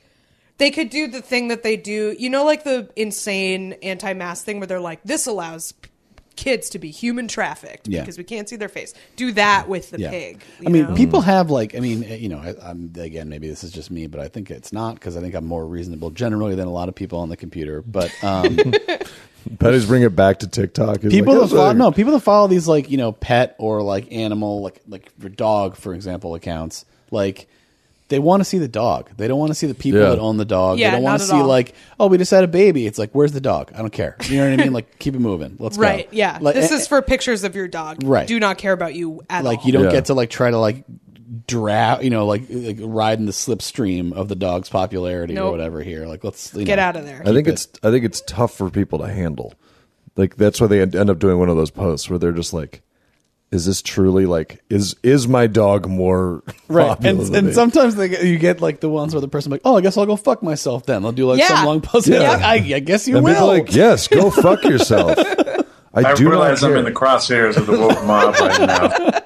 they could do the thing that they do, you know, like the insane anti-mask thing where they're like, "This allows p- kids to be human trafficked
Yeah.
because we can't see their face." Do that with the pig. you
I mean,
know?
people have like, I mean, you know, I, I'm again, maybe this is just me, but I think it's not because I think I'm more reasonable generally than a lot of people on the computer. But um,
Penny's bring it back to TikTok. He's
people
like,
that follow,
"That's
no
like-
people that follow these like you know pet or like animal like like your dog for example accounts like they want to see the dog they don't want to see the people
Yeah.
that own the dog
Yeah,
they don't
not
want
at
to see
all.
like oh we just had a baby it's like where's the dog i don't care you know what i mean like keep it moving let's go
Right. Yeah.
Like,
this
eh,
is for pictures of your dog.
Right.
Do not care about you at
like
all.
you don't
Yeah.
get to like try to like draft you know like, like ride in the slipstream of the dog's popularity or
Nope.
whatever here like let's you
get
know.
out of there.
I think it's I think it's tough for people to handle. Like that's why they end end up doing one of those posts where they're just like, "Is this truly like is is my
*laughs*
dog more
Right, and,
popular than me?
and sometimes they, get- you get like the ones where the person like, oh, I guess I'll go fuck myself then. I'll do like
Yeah.
some long post.
Yeah.
Like, I, I guess you
and people
will.
are like, yes,
*laughs*
go fuck yourself. I,
I
do
realize
not
I'm
care.
in the crosshairs of
*laughs*
the woke mob
*laughs*
right now.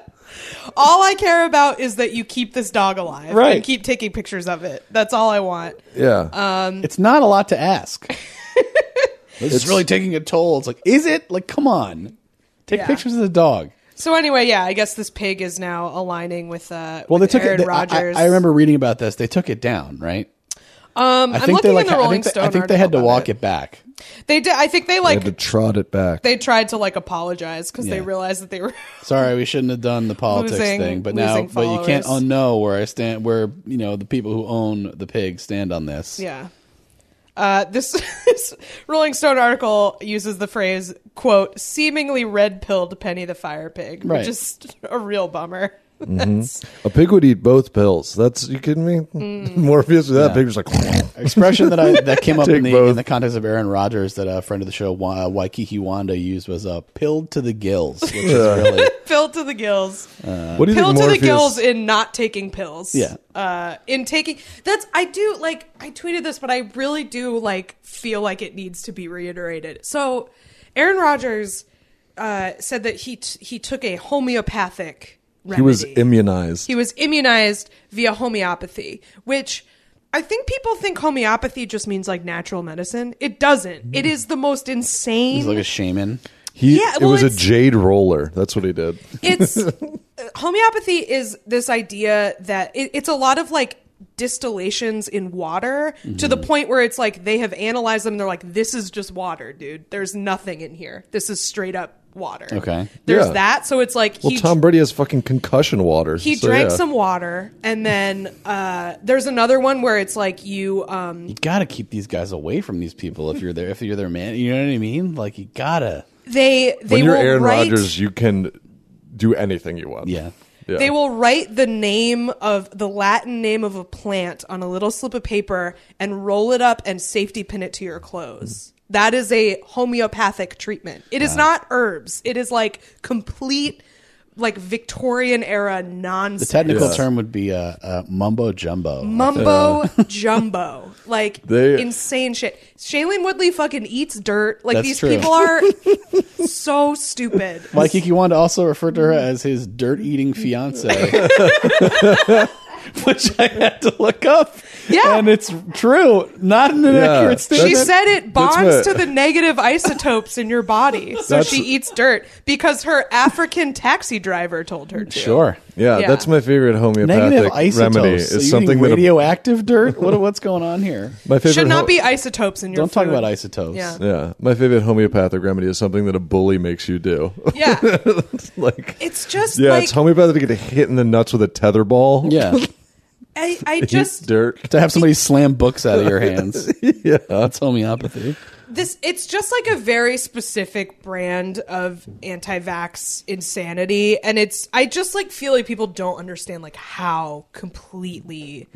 all I care about is that you keep this dog alive.
Right.
And keep taking pictures of it. That's all I want.
yeah.
Uh,
it's not a lot to
*laughs*
ask. this is really taking a toll. It's like, is it? Like, come on, take
Yeah.
pictures of the dog.
So anyway, yeah, I guess this pig is now aligning with uh
Well, they
with
took
Aaron
it. they- I-
Rodgers.
I, I remember reading about this. They took it down, right?
um, I am looking in the
I
Rolling
think, they,
Stone
I think they had to
article
walk
about
it, back.
They did I think they
I
like
had to trot it back.
they tried to like apologize because they
Yeah.
realized that they were
Sorry, we shouldn't have done the politics
Losing-
thing, but now,
losing
but you can't
followers.
unknow where I stand. Where you know the people who own the pig stand on this.
Yeah. Uh, this, *laughs* this Rolling Stone article uses the phrase, quote, seemingly red pilled Penny the Fire Pig,
Right.
which is *laughs* a real bummer. *laughs*
Mm-hmm.
That's-
a pig would eat both pills. That's you kidding me?
Mm.
*laughs* Morpheus with that pig was like, *laughs*
expression that I that came up
Take
in the
both.
in the context of Aaron Rodgers that a friend of the show Wa- uh, Waikiki Wanda used was uh, pilled to the gills, which is really
Filled to the gills.
what do
Pill
you think
to the
Morpheus?
gills in not taking pills.
Yeah.
Uh, in taking that's I do like I tweeted this, but I really do like feel like it needs to be reiterated. So, Aaron Rodgers uh, said that he t- he took a homeopathic. Remedy.
he was immunized.
He was immunized via homeopathy, which I think people think homeopathy just means like natural medicine. It
Mm.
doesn't. It is the most
he's like
insane.
a shaman.
He,
Yeah,
it
well,
was a
it's-
jade roller. That's what he did. *laughs*
It's homeopathy is this idea that it, it's a lot of like distillations in water to
Mm-hmm.
the point where it's like they have analyzed them. They're like, this is just water, dude. There's nothing in here. This is straight up water.
Okay.
There's
Yeah.
that. So it's like
Well,
he
Tom Brady has fucking concussion water.
he
so
drank
yeah.
some water and then uh, there's another one where it's like you um,
You gotta keep these guys away from these people if you're there if you're their man. You know what I mean? Like you gotta.
they they
when you're
will
Aaron
write
Rodgers, you can do anything you want.
Yeah.
Yeah.
they will write the name of the Latin name of a plant on a little slip of paper and roll it up and safety pin it to your
Mm-hmm.
clothes. That is a homeopathic treatment. It is not herbs. It is like complete like Victorian era
The
nonsense.
technical
Yeah.
term would be uh, uh, mumbo jumbo.
Mumbo *laughs*
*laughs*
jumbo, like
They-
insane shit. Shailene Woodley fucking eats dirt. Like
That's
these
true.
people
*laughs*
are so stupid.
Waikiki Wanda also referred to her as his
*laughs*
dirt eating fiance. Which I had to look up
Yeah.
and it's true, not an inaccurate
that's-
statement.
She said it
that's
bonds
what-
to the negative isotopes in your body, so
That's-
she eats dirt because her African taxi driver told her to.
Sure.
Yeah,
Yeah.
that's my favorite homeopathic
Negative isotopes.
remedy.
Is
Is something that a,
radioactive dirt?
*laughs*
What, what's going on here?
my favorite
Should
ho-
not be isotopes in your.
Don't talk
food.
about isotopes.
Yeah.
Yeah, my favorite homeopathic remedy is something that a bully makes you do. *laughs*
Yeah,
like,
it's just
yeah,
like
it's homeopathic to get hit in the nuts with a tether ball.
Yeah.
I, I
*laughs* Eat
just
dirt.
*laughs* to have somebody slam books out of your
*laughs*
hands. yeah. That's homeopathy.
this it's just like a very specific brand of anti-vax insanity and it's i just like feel like people don't understand like how completely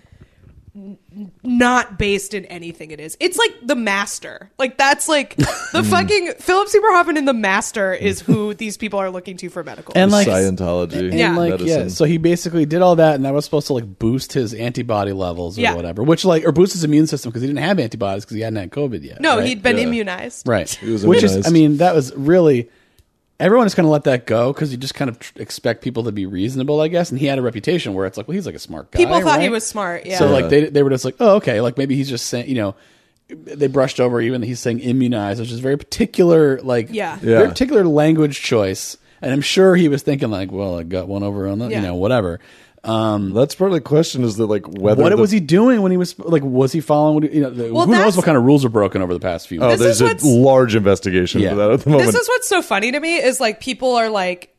n- n- not based in anything it is it's like the master like that's
*laughs*
like the fucking philip seymour hoffman in the master is who these people are looking to for medical
And like
Scientology.
and,
Yeah.
like,
medicine.
yeah, so he basically did all that, and that was supposed to like boost his antibody levels or
Yeah.
whatever, which like or boost his immune system because he didn't have antibodies because he hadn't had COVID yet.
no
right?
he'd been
Yeah.
immunized
right,
was
which is
immunized.
I mean that was really everyone just kind of let that go because you just kind of tr- expect people to be reasonable, I guess. And he had a reputation where it's like, well, he's like a smart guy.
people thought he
right?
was smart yeah
So like they they were just like, oh okay, like maybe he's just saying, you know, they brushed over even that he's saying immunize, which is very particular, like
Yeah.
very
Yeah.
particular language choice. And I'm sure he was thinking like, well, I got one over on that,
Yeah.
you know, whatever. Um,
That's part of the question is that like whether
what
the-
was he doing when he was like, was he following? What he, you know, the-
Well,
who knows
that's-
what kind of rules were broken over the past few?
Oh,
months.
This is
there's a
what's-
large investigation
Yeah.
for that at the moment.
This is what's so funny to me is like people are like,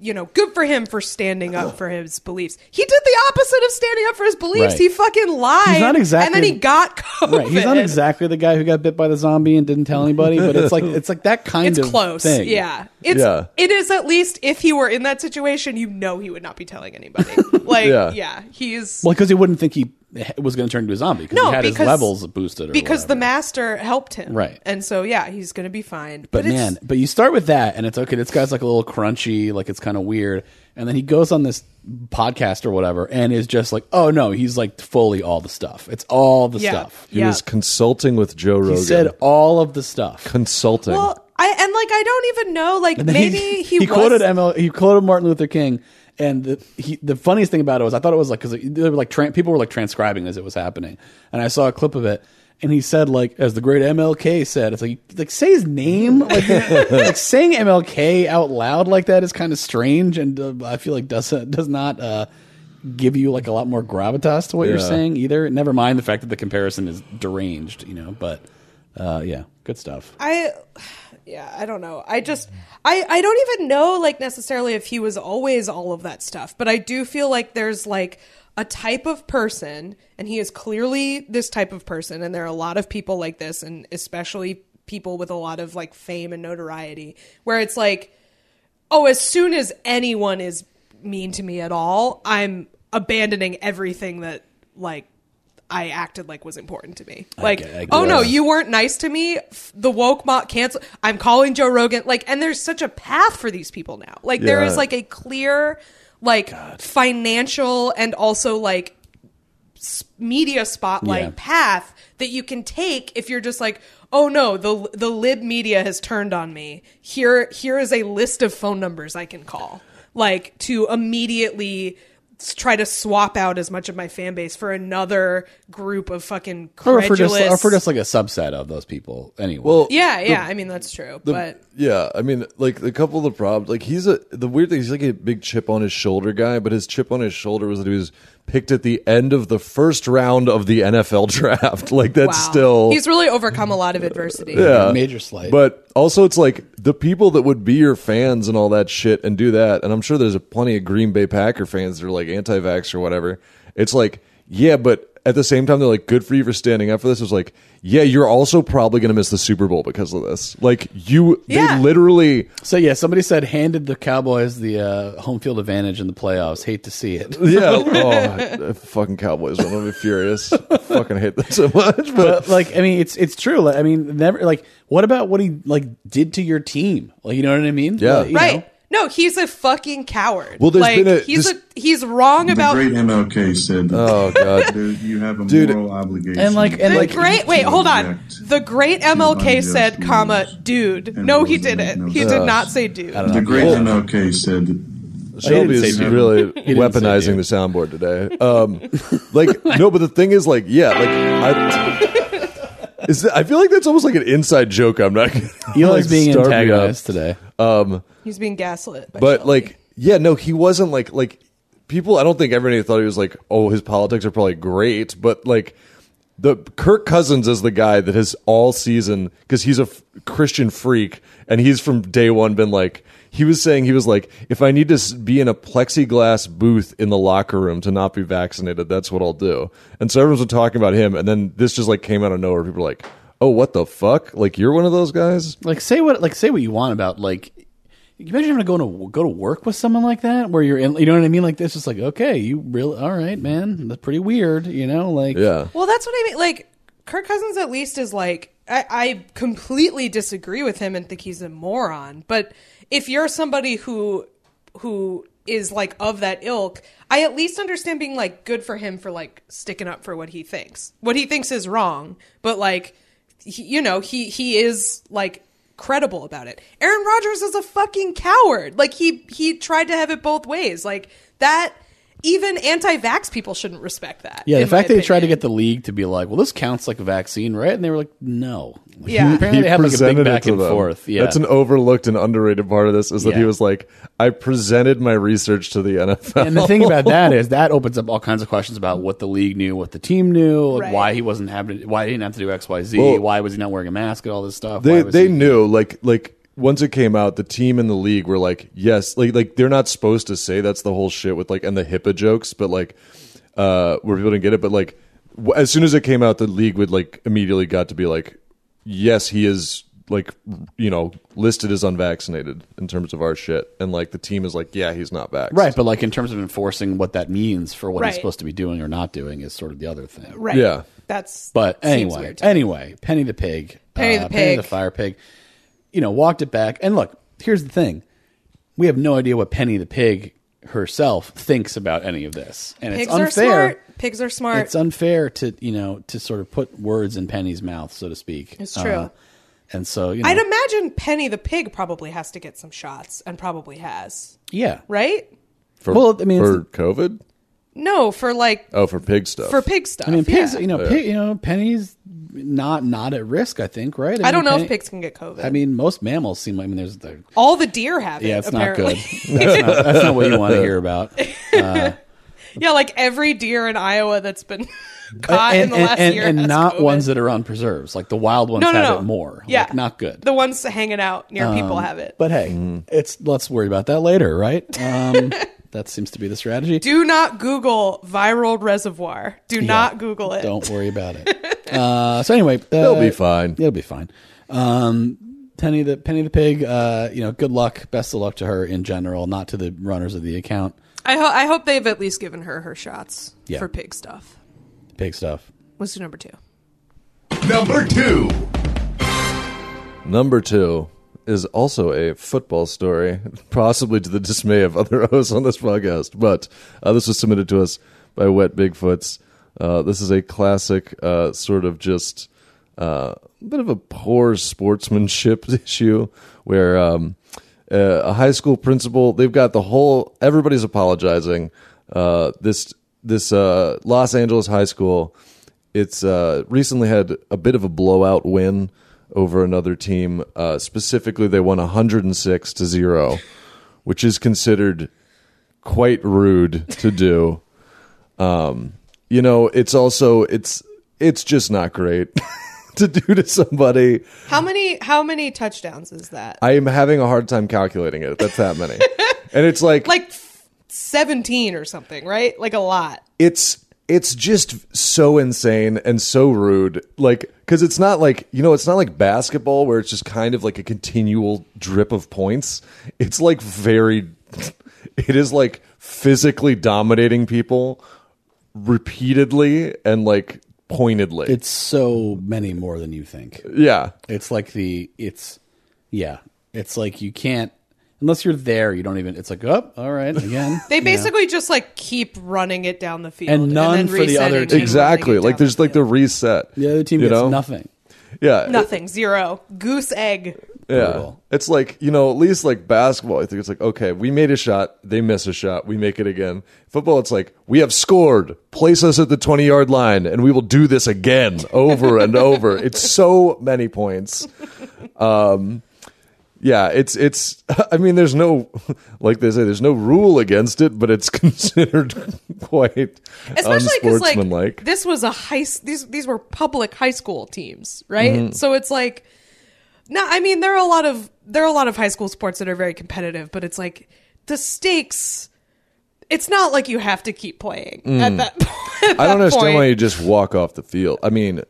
you know, good for him for standing up for his beliefs. He did the opposite of standing up for his beliefs.
Right.
He fucking lied.
He's not exactly-
And then he got COVID.
Right, he's not exactly the guy who got bit by the zombie and didn't tell anybody, but it's like it's like that kind
It's
of
close.
thing.
Yeah. It's
Yeah.
it is at least if he were in that situation, you know he would not be telling
*laughs*
anybody. Like yeah,
Yeah.
he's
well, because he wouldn't think he was going to turn into a zombie because
No,
he had
because-
his levels boosted or
because the
whatever.
master helped him.
Right.
And so yeah, he's going to be fine.
But,
it's-
man, but you start with that, and it's okay. This guy's like a little crunchy, like it's kind of weird, and then he goes on this podcast or whatever, and is just like, oh no, he's like fully all the stuff. It's all the
Yeah.
stuff.
he
Yeah.
was consulting with Joe
He
Rogan.
said all of the stuff.
consulting.
well, I and like I don't even know like
And then
maybe
*laughs*
he, was
quoted ML, he quoted Martin Luther King, and the he, the funniest thing about it was I thought it was like because they were like tran people were like transcribing as it was happening, and I saw a clip of it. And he said, like, as the great MLK said, it's like, like say his name,
*laughs*
like, like saying MLK out loud like that is kind of strange, and uh, I feel like does does not uh, give you like a lot more gravitas to what you're
Yeah.
saying either. Never mind the fact that the comparison is deranged, you know. But uh, yeah, good stuff.
I yeah, I don't know. I just I I don't even know like necessarily if he was always all of that stuff, but I do feel like there's like a type of person and he is clearly this type of person and there are a lot of people like this and especially people with a lot of like fame and notoriety where it's like oh, as soon as anyone is mean to me at all, I'm abandoning everything that like I acted like was important to me. Like,
get- I
oh no,
guess.
you weren't nice to me. F- The woke mob cancel. I'm calling Joe Rogan. Like, and there's such a path for these people now. Like, there
Yeah.
is like a clear, like financial and also like s- media spotlight
Yeah.
path that you can take if you're just like oh no the the lib media has turned on me here here is a list of phone numbers i can call like to immediately s- try to swap out as much of my fan base for another group of fucking
Or
credulous
for, just, or for just like a subset of those people, anyway. Well,
yeah yeah i mean that's true
The-
but
yeah, I mean, like a couple of the problems, like he's a the weird thing. He's like a big chip on his shoulder guy, but his chip on his shoulder was that he was picked at the end of the first round of the NFL *laughs* draft. Like that's
wow.
still
he's really overcome a lot of adversity
major slight.
But also, it's like the people that would be your fans and all that shit and do that. And I'm sure there's a plenty of Green Bay Packer fans that are like anti vax or whatever. It's like, yeah, but at the same time, they're like, good for you for standing up for this. It's like, yeah, you're also probably going to miss the Super Bowl because of this. Like, you,
Yeah.
they literally,
so yeah, somebody said handed the Cowboys the uh, home field advantage in the playoffs. Hate to see it.
yeah. *laughs* oh, fucking Cowboys. I'm gonna be furious. *laughs* I fucking hate them so much.
*laughs*
But
But like, I mean, it's it's true. Like, I mean, never like. What about what he like did to your team? Like, you know what I mean?
Yeah.
Like, you
right
know?
no he's a fucking coward
Well, there's
like
been a-
he's
this-
a he's wrong
The
about
great MLK said,
oh god.
there, "You have a
Dude.
moral obligation."
And like, and
The
like,
great wait, hold on.
Object.
The great MLK
Unjust
said,
rules.
comma, dude.
And
No, he
those that make
didn't.
no
He did
sense.
not say dude.
the great MLK said,
Shelby
didn't
is
say dude. *laughs*
really
didn't say
weaponizing
dude.
the soundboard today. Um, *laughs* like no, but the thing is, like, yeah, like I. Is that, I feel like that's almost like an inside joke. I'm not. gonna,
He likes being
start me up.
antagonized today.
He's being gaslit. By
but
Shelby.
like yeah no he wasn't like like people i don't think everybody thought he was like oh his politics are probably great but like the kirk cousins is the guy that has all season because he's a f- christian freak and he's from day one been like he was saying he was like if i need to s- be in a plexiglass booth in the locker room to not be vaccinated that's what i'll do and so everyone's been talking about him and then this just like came out of nowhere people were like oh what the fuck like you're one of those guys
Like say what like say what you want about like. You imagine having to go to go to work with someone like that, where you're in. You know what I mean? Like this is like okay, you really all right, man. That's pretty weird. You know, like
yeah
Well, that's what I mean. Like, Kirk Cousins at least is like, I, I completely disagree with him and think he's a moron. But if you're somebody who who is like of that ilk, I at least understand being like good for him for like sticking up for what he thinks. What he thinks is wrong, but like he, you know, he he is like credible about it. Aaron Rodgers is a fucking coward. Like he he tried to have it both ways. Like that even anti-vax people shouldn't respect that.
Yeah, the
in my
fact that they tried to
opinion.
get the league to be like, well, this counts like a vaccine, right? And they were like, no.
Yeah.
apparently they had like a big
presented it
back
to
and
them.
forth. Yeah,
That's an overlooked and underrated part of this is that he
Yeah.
was like, I presented my research to the NFL.
and the thing about that is that opens up all kinds of questions about what the league knew, what the team knew, like
Right.
why he wasn't having, why he didn't have to do X, Y, Z,
Well,
why was he not wearing a mask, and all this stuff.
*laughs* they
why was
they
he-
knew like like once it came out, the team and the league were like, yes, like like they're not supposed to say that's the whole shit with like and the HIPAA jokes, but like uh where people didn't get it, but like w- as soon as it came out, the league would like immediately got to be like, yes, he is like you know listed as unvaccinated in terms of our shit, and like the team is like, yeah, he's not vaxxed.
right, but like in terms of enforcing what that means for what
Right.
he's supposed to be doing or not doing is sort of the other thing.
Right.
Yeah.
That's
But
seems
anyway,
weird to me.
anyway, Penny the pig, uh,
Penny the
Penny the
pig.
fire pig, you know, walked it back. And look, here's the thing: we have no idea what Penny the pig herself thinks about any of this, and
pigs
it's unfair.
are smart. Pigs are smart.
It's unfair to you know to sort of put words in Penny's mouth, so to speak. Um,
It's true.
and so you know,
I'd imagine Penny the pig probably has to get some shots and probably has,
yeah,
right?
For,
Well, I mean, it's
for
the-
COVID.
No, for like
Oh, for pig stuff.
for pig stuff.
I mean, pigs.
yeah.
You know, pig, you know, Penny's not not at risk. I think, right?
I don't
mean,
know
Penny-
if pigs can get COVID.
I mean, most mammals seem. like I mean, there's the
all the deer have it.
yeah, it's not
apparently.
good. That's not, that's not what you want to hear about.
*laughs* yeah, like every deer in Iowa
*laughs*
that's been caught *laughs* in the last
and,
year,
and
has
not
COVID.
ones that are on preserves. Like the wild ones
no, no,
have
no,
it more.
Yeah,
Like, not good. Um, Mm.
The ones hanging out near people have it.
but hey, it's let's worry about that later,
*laughs*
right? Um, that seems to be the strategy.
do not Google viral reservoir. Do not Google it.
Don't worry about it. uh, so anyway, uh,
They'll be fine.
*laughs* It'll be fine. Um, Penny the Penny the pig. Uh, you know, good luck. Best of luck to her in general, not to the runners of the account.
I, ho- I hope they've at least given her her shots
Yeah.
for pig stuff.
Pig stuff.
Let's do number two.
Number two.
Number two is also a football story, *laughs* possibly to the dismay of other *laughs* hosts on this podcast. But uh, this was submitted to us by Wet Bigfoots. Uh, this is a classic uh, sort of just uh, bit of a poor sportsmanship *laughs* issue where um, uh, a high school principal, they've got the whole, everybody's apologizing. Uh, this this uh, Los Angeles high school it's uh, recently had a bit of a blowout win over another team. Uh, specifically, they won 106 to zero, which is considered quite rude to do. *laughs* Um, you know, it's also it's it's just not great *laughs* to do to somebody.
How many how many touchdowns is that?
I am having a hard time calculating it. That's that many, and it's like
like f- 17 or something, right? Like a lot.
it's it's just so insane and so rude like because it's not like you know it's not like basketball where it's just kind of like a continual drip of points it's like very *laughs* it is like physically dominating people repeatedly and like pointedly
It's so many more than you think.
yeah
It's like the it's yeah. It's like you can't unless you're there. You don't even. It's like oh, all right again.
They basically just like keep running it down the field
And none
then
for the
resetting
other
and
team.
running it
exactly
down
like there's
the
like the reset
the other team
you
gets
know?
nothing.
yeah
nothing, zero, goose egg.
Yeah.
We will.
It's like, you know, at least like basketball, I think it's like, okay, we made a shot, they miss a shot, we make it again. Football, it's like, we have scored, place us at the 20 yard line, and we will do this again
*laughs*
over and over. It's so many points. Um, yeah, it's, it's, *laughs* I mean, there's no, *laughs* like they say, there's no rule against it, but it's *laughs* considered quite
especially because
unsportsmanlike.
like this was a high s- these these were public high school teams right
Mm-hmm.
so it's like no i mean there are a lot of there are a lot of high school sports that are very competitive but it's like the stakes it's not like you have to keep playing at that, *laughs* at
Mm. I don't
that
understand
point.
why you just walk off the field. I mean,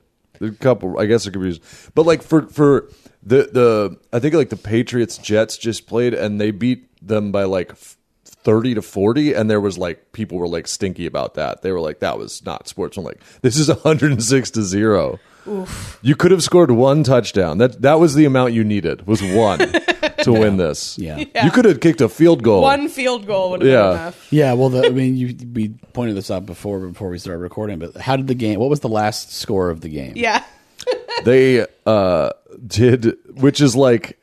a couple. I guess there could be, reasons. but like for for the the I think like the Patriots Jets just played and they beat them by like f- thirty to forty, and there was like people were like stinky about that. They were like that was not sportsmanlike. This is one hundred and six to zero. You could have scored one touchdown. That that was the amount you needed was
*laughs*
one to win this.
Yeah.
you could have kicked a field goal.
one field goal would have
Yeah.
been enough
Yeah, well, the, I mean, you we pointed this out before before we started recording, but how did the game? What was the last score of the game?
yeah
they uh did which is like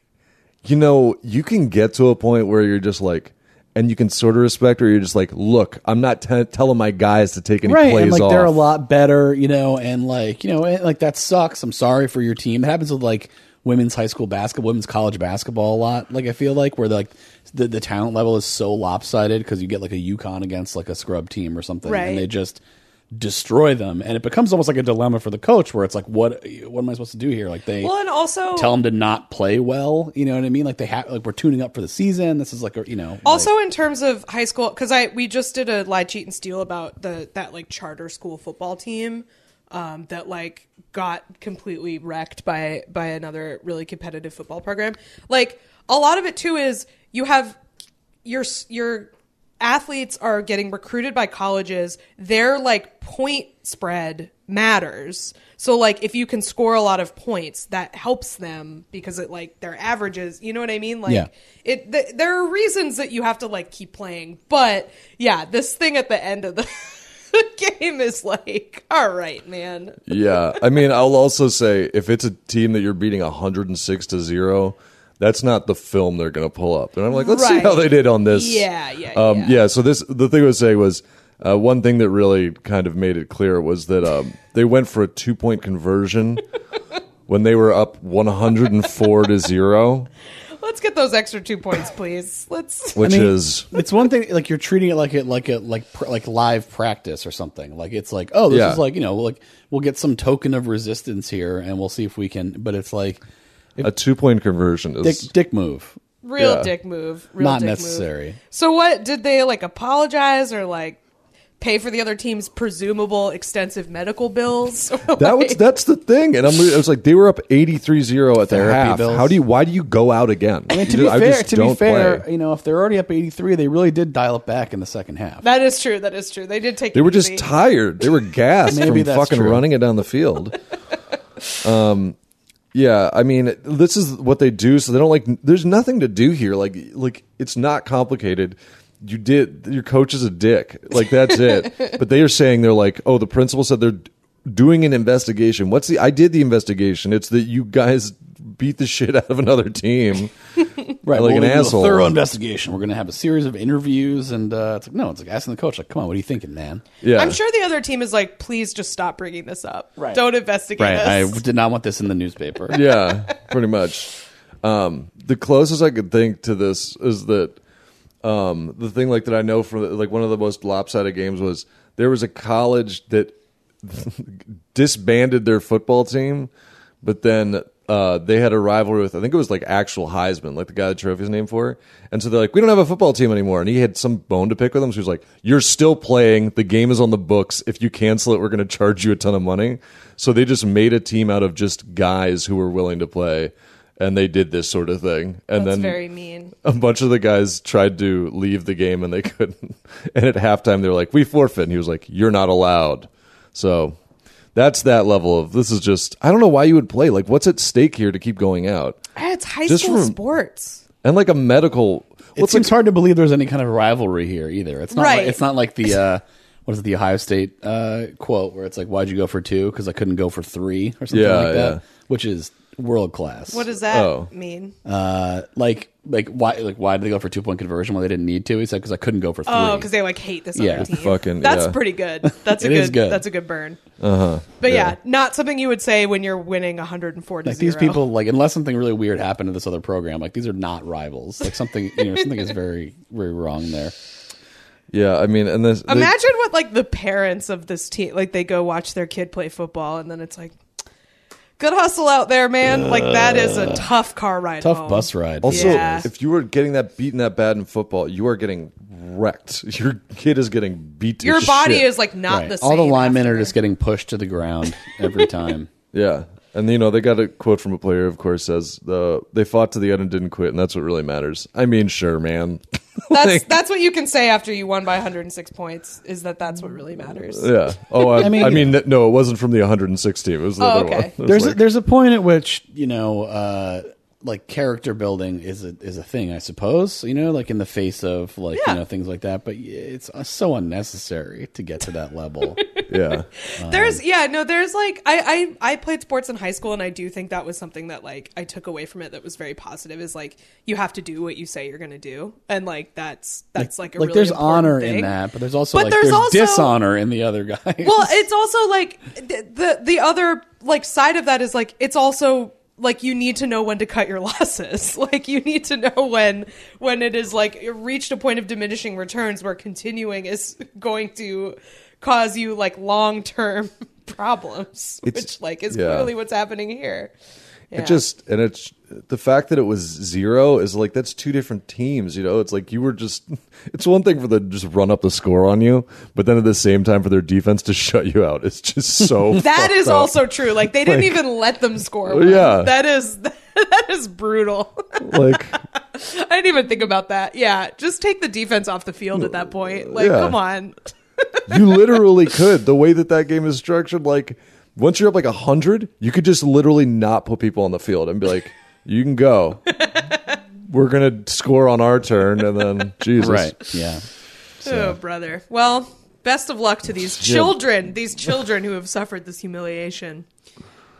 you know you can get to a point where you're just like and you can sort of respect or you're just like look i'm not te- telling my guys to take any
right.
plays
And like
off
they're a lot better, you know, and like you know, and, like that sucks. I'm sorry for your team. It happens with like women's high school basketball, women's college basketball a lot. Like I feel like where like the, the talent level is so lopsided because you get like a UConn against like a scrub team or something,
Right.
and they just destroy them, and it becomes almost like a dilemma for the coach where it's like, what what am I supposed to do here? Like they
well and also
tell them to not play well. You know what I mean? Like they have, like we're tuning up for the season. This is like, a, you know,
Also, in terms of high school, because I we just did a lie, cheat, and steal about the that like charter school football team um, that like got completely wrecked by by another really competitive football program. Like a lot of it too is you have your your athletes are getting recruited by colleges their like point spread matters so like if you can score a lot of points that helps them because it like their averages you know what i mean like
Yeah.
it th- there are reasons that you have to like keep playing but yeah this thing at the end of the *laughs* game is like all right man
yeah i mean i'll also say if it's a team that you're beating 106 to 0 that's not the film they're going to pull up and i'm like let's see
Right.
how they did on this
Yeah, yeah,
um,
yeah.
yeah so this the thing i was saying was uh, one thing that really kind of made it clear was that um, they went for a two point
*laughs*
conversion when they were up 104 to 0
let's get those extra two points please let's
which
I mean,
is
it's one thing like you're treating it like it like a like pr- like live practice or something. Like it's like, oh, this
Yeah.
is like you know, like we'll get some token of resistance here, and we'll see if we can. But it's like
a two point conversion
dick
is
dick move,
real
Yeah.
dick move real
not
dick move.
necessary.
So what did they like apologize or like pay for the other team's presumable extensive medical bills? *laughs*
*laughs*
that was that's the thing and I'm I was like they were up 83-0 at the
Therapy
half
bills.
how do you why do you go out again
I mean, to
You
be
just- I
fair,
just
to be
don't
fair,
play.
you know, if they're already up 83, they really did dial it back in the second half.
that is true. That is true. They did take.
They
it
were just
easy. *laughs*
tired. They were gassed
Maybe
from
that's
fucking
true.
running it down
*laughs*
the field. um, yeah, I mean, this is what they do. So they don't like. There's nothing to do here. Like, like it's not complicated. You did. Your coach is a dick. Like that's
*laughs*
it. but they are saying they're like, oh, the principal said they're doing an investigation. What's the? I did the investigation. It's that you guys beat the shit out of another team.
Right,
like
we'll
an
do
asshole.
A thorough investigation. We're going to have a series of interviews, and uh, it's like no, it's like asking the coach, like, come on, what are you thinking, man?
Yeah,
I'm sure the other team is like, please just stop bringing this up.
Right.
Don't investigate
Right, I
this.
*laughs* did not want this in the newspaper.
yeah, pretty much. Um, the closest I could think to this is that um, the thing like that I know from like one of the most lopsided games was there was a college that disbanded their football team, but then uh, they had a rivalry with I think it was like actual Heisman, like the guy the trophy's named for, and so they're like, we don't have a football team anymore, and he had some bone to pick with them. So he was like, you're still playing. The game is on the books. If you cancel it, we're going to charge you a ton of money. So they just made a team out of just guys who were willing to play. And they did this sort of thing, and
That's
then
very mean.
a bunch of the guys tried to leave the game and they couldn't. *laughs* And at halftime, they were like, "We forfeit." And he was like, "You're not allowed." So that's that level of this is just. I don't know why you would play. Like, what's at stake here to keep going out?
Ah, It's high
Just
school
from-
sports.
And like a medical.
it
What's
seems hard to believe there's any kind of rivalry here either. It's not.
Right.
Like, it's not like
*laughs*
the uh, what is it, the Ohio State uh, quote where it's like, "Why'd you go for two? Because I couldn't go for three or something
Yeah,
like that,"
yeah.
which is world class.
What does that
Oh.
mean?
uh, like like why like why did they go for two point conversion when they didn't need to? He said because I couldn't go for three.
Oh, because they like hate this
Yeah.
other team.
Fucking-
that's
yeah.
pretty
*laughs*
good. That's a
It
good,
is good.
That's a good burn. Uh
Uh-huh.
huh. But yeah. not something you would say when you're winning 140.
like these people like unless something really weird happened to this other program, like these are not rivals. Like something you know
*laughs*
something is very very wrong there.
Yeah, I mean, and this they-
Imagine what like the parents of this team like they go watch their kid play football and then it's like, good hustle out there, man. like that is a tough car ride.
Uh, Tough
home.
bus ride.
also,
Yeah.
if you were getting that beaten that bad in football, you are getting wrecked. *laughs* Your kid is getting beat. to
Your body
shit.
is like not
Right.
the same.
all the linemen are
after.
just getting pushed to the ground every time.
Yeah. And you know, they got a quote from a player, of course, says the they fought to the end and didn't quit, and that's what really matters. I mean, sure, man. *laughs*
That's that's what you can say after you won by 106 points is that that's what really matters.
Uh,
*laughs*
Yeah. Oh, I, I
mean-
mean, th- no, it wasn't from the 106 team. It was the
Oh,
other
okay.
one. It was
there's
like-
a, there's a point at which you know uh like character building is a is a thing i suppose you know like in the face of like
Yeah.
you know things like that but y- it's uh, so unnecessary to get to that
*laughs*
level
yeah.
There's yeah no there's like I, I I played sports in high school and I do think that was something that like I took away from it that was very positive is like you have to do what you say you're gonna do and like that's that's like, a
like
really
there's
important
honor in
thing.
that but there's also
But
like
there's
there's,
also-
dishonor in the other guy
Well,
*laughs*
it's also like th- the the other like side of that is like it's also like you need to know when to cut your *laughs* losses. Like you need to know when when it is like it reached a point of diminishing returns where continuing is *laughs* going to cause you like long term *laughs* problems,
It's-
which like is
yeah.
clearly what's happening here. Yeah.
It just and it's the fact that it was zero is like that's two different teams. You know, it's like you were just. *laughs* It's one thing for the just run up the score on you, but then at the same time for their defense to *laughs* shut you out. It's just so.
that
fucked
is
up. Oh,
also true. Like they
*laughs*
didn't even let them score. one.
Yeah.
that is *laughs* that is brutal.
like
*laughs* I didn't even think about that. Yeah, just take the defense off the field at that point. Like,
Yeah.
come on.
you literally could the way that that game is structured. Like once you're up like hundred, you could just literally not put people on the field and be like, "You can go." We're gonna score on our turn, and
*laughs*
then Jesus,
right yeah
Oh, brother. Well, best of luck to these children, these children who have suffered this humiliation.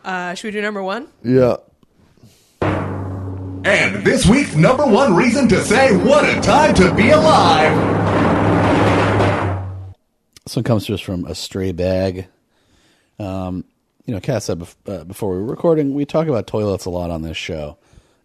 Uh, should we do number one?
Yeah.
And this week's number one reason to say what a time to be alive.
This one comes to us from a stray bag. Um, you know, Cass said bef- uh, before we were recording, we talk about toilets a lot on this show,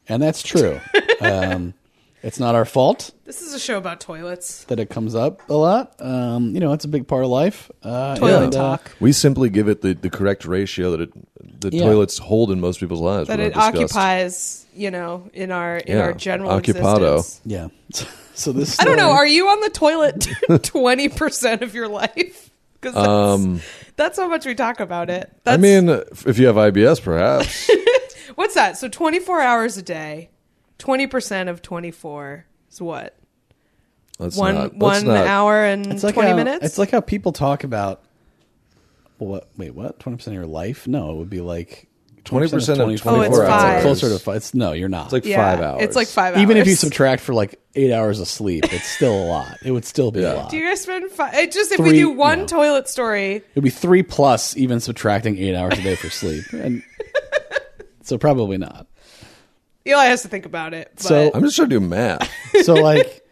and that's
*laughs*
true. um, it's not our fault
This is a show about toilets.
that it comes up a lot. Um, you know, it's a big part of life. Uh,
Toilet
and, uh,
talk.
We simply give it the, the correct ratio that it, the
Yeah.
toilets hold in most people's lives.
That
we
it
don't discuss.
occupies, you know, in our in
Yeah.
our general
Occupado.
existence.
yeah. *laughs* So this.
I don't know.
story-
Are you on the toilet
*laughs*
*laughs* twenty percent of your life? Because that's, that's how much we talk about it. That's,
Um, I mean, if you have
*laughs*
IBS, perhaps.
What's that? So 24 hours a day, 20% of 24 is what?
Let's
one
not- let's
one
not-
hour and
It's like
20
how,
minutes?
It's like how people talk about what? Wait, what? Twenty percent of your life? No, it would be like
20% of
24
Oh, it's
hours.
five.
Closer to five. It's no, you're not.
It's like five hours.
It's like five hours.
Even if you subtract for like eight hours of sleep, it's still a lot. It would still be a lot.
Do you
It
guys spend five? It just, if we
Three-
do one
no.
toilet story,
would be three plus, even subtracting eight hours a day for sleep,
*laughs*
and so probably not.
Eli has to think about it. But
So-
I'm just trying
*laughs*
to do math.
So like,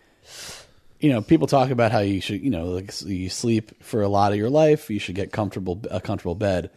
you know, people talk about how you should, you know, like s- you sleep for a lot of your life. You should get comfortable a comfortable bed.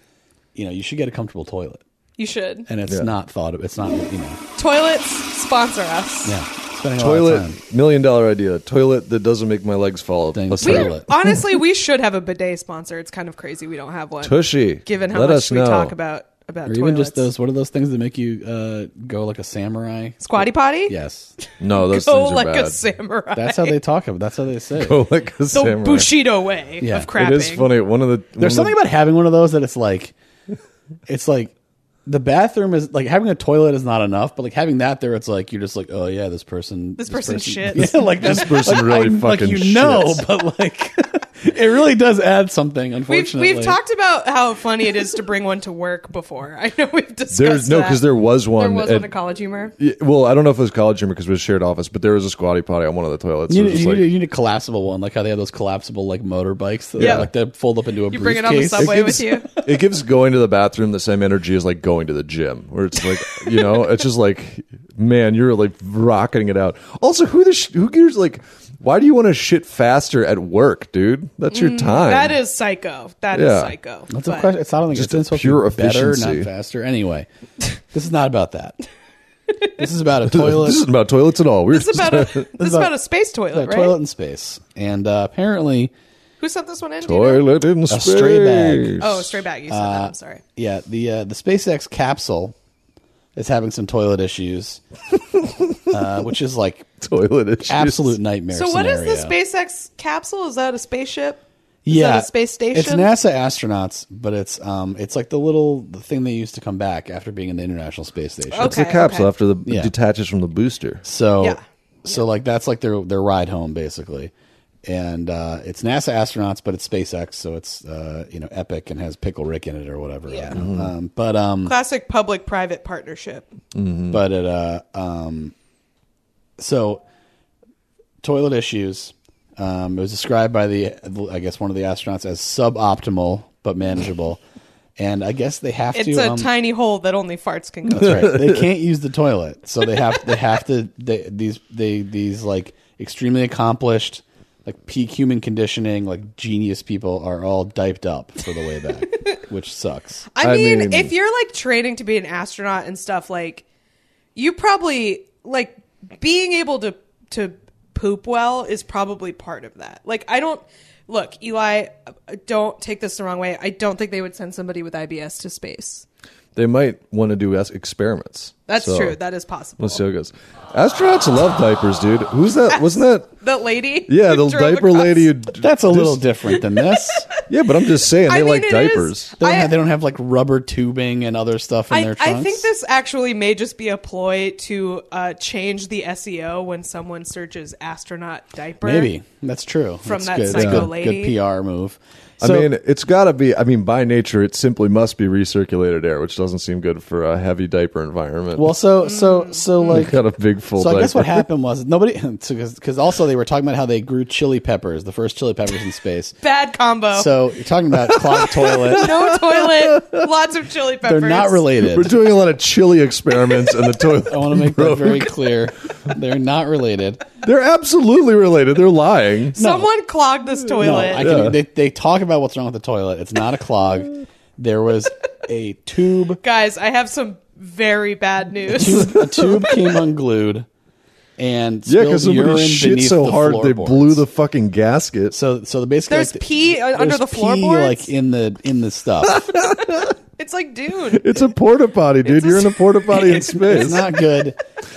You know, you should get a comfortable toilet,
you should.
and it's not thought of. It's not you know,
Toilets sponsor us.
yeah, spending a lot of time.
toilet, million dollar idea. Toilet that doesn't make my legs fall.
Dang
A
toilet.
toilet.
Honestly, we should have a bidet sponsor. It's kind of crazy we don't have one.
Tushy.
Given how
Let
much
us
we
know.
talk about, about
Or
toilets.
even just those. What are those things that make you uh, go like a samurai?
Squatty potty?
Yes,
No, those
Go
things are
like
bad.
a samurai.
that's how they talk about. That's how they say. it.
*laughs* Go like a
the
samurai.
Bushido way
Yeah.
of
It
crapping.
It is funny. One of the
There's
one of
something about having one of those that it's
*laughs*
like, it's like the bathroom is like having a toilet is not enough, but like having that there, it's like you're just like, oh yeah, this person,
This person
*laughs*
shits.
yeah, like this
person really
like
fucking
you know,
shits.
but like *laughs* It really does add something.
We've,
Unfortunately,
we've talked about how funny it is to bring one to work before. I know we've discussed
There's no because
that.
there was one.
there was
at-
one at College Humor.
Yeah, well, I don't know if it was college humor because it was shared office, but there was a squatty potty on one of the toilets.
You,
So it
need,
was just
you,
like,
need, you need a collapsible one, like how they have those collapsible like motorbikes. That,
Yeah.
like they fold up into a
You bring
briefcase.
it on the subway
It
with you.
it gives going to the bathroom the same energy as like going to the gym, where it's like you know, it's just like man, you're like rocketing it out. Also, who the sh- who cares? Like, why do you want to shit faster at work, dude? That's your time.
Mm, That is psycho. That is
Yeah.
psycho.
That's
But
a question. It's not only
Just
it's supposed to be
pure
better,
efficiency.
not faster. Anyway, this is not about
*laughs*
that. This is about a toilet.
*laughs* This isn't about toilets at all. We're
This is
*laughs*
about a this is about a space toilet,
a
right?
toilet in space, and uh, apparently,
Who sent this one in? Do you know?
toilet in space.
stray bag.
Oh, straight back. You said that. I'm sorry.
yeah, the uh, the SpaceX capsule is having some toilet issues, *laughs* uh, which is like
*laughs* Toilet issues.
absolute nightmare.
So what is
scenario.
the SpaceX capsule? Is that a spaceship?
yeah,
that a space station?
It's NASA astronauts, but it's um, it's like the little the thing they used to come back after being in the International Space Station.
Okay.
It's the capsule after the
Yeah.
it detaches from the booster.
So
Yeah.
so like that's like their their ride home basically. And uh, it's NASA astronauts, but it's SpaceX, so it's uh, you know epic and has Pickle Rick in it or whatever. Yeah. Um, but um,
Classic public-private partnership.
but it uh um, so toilet issues. Um, it was described by the I guess one of the astronauts as suboptimal but manageable, and I guess they have to.
It's a
um,
tiny hole that only farts can go. through.
That's right. They can't use the toilet, so they have they have to they, these they these like extremely accomplished like peak human conditioning like genius people are all diped up for the way back, which sucks.
I
I
mean,
mean-
if you're like training to be an astronaut and stuff, like you probably like being able to to poop well is probably part of that. Like I don't look, Eli, uh, don't take this the wrong way. I don't think they would send somebody with IBS to space.
They might want to do as- experiments.
That's
So,
true. That is possible.
Let's see how it goes. Astronauts love diapers, dude. Who's that? Wasn't that?
that lady,
Yeah,
who
the
drove
diaper
across-
lady. Who,
*laughs*
d-
That's a little
just-
different than this.
Yeah, but I'm just saying they
I mean,
like
it
diapers.
is-
They don't,
I-
have, they don't have like rubber tubing and other stuff in
I,
their trunks.
I think this actually may just be a ploy to uh, change the SEO when someone searches astronaut diaper.
maybe that's true
From
That's
that
good.
psycho
good,
lady.
Good PR move.
I mean, it's got to be. I mean, by nature, it simply must be recirculated air, which doesn't seem good for a heavy diaper environment.
well, so
Mm.
so so like
got a big full.
So I
diaper. *laughs*
guess what happened was nobody *laughs* because also they were talking about how they grew chili peppers, the first chili peppers in
*laughs*
space.
Bad combo.
So you're talking about
*laughs*
clogged toilet.
no toilet, lots of chili
They're
peppers.
not
We're
related.
doing a lot of chili
*laughs*
experiments in the toilet.
I want to make that very clear. They're not related.
They're absolutely related. They're lying.
Someone clogged this
No,
*laughs* toilet.
I can, they, they talk about what's wrong with the toilet. It's not a
*laughs*
clog. There was a tube.
Guys, I have some
*laughs*
very bad news.
tube a tube came unglued, and
Yeah,
spilled
because somebody
urine
shit
beneath
so
the
hard they
floorboards.
blew the fucking gasket.
So so the basically
There's
like, the-
pee uh, under
there's
the
pee,
floorboards?
like in the in the stuff.
*laughs*
it's like Dune.
*laughs*
It's a porta potty, dude.
It's a-
You're in a porta potty in
It's
space.
not good.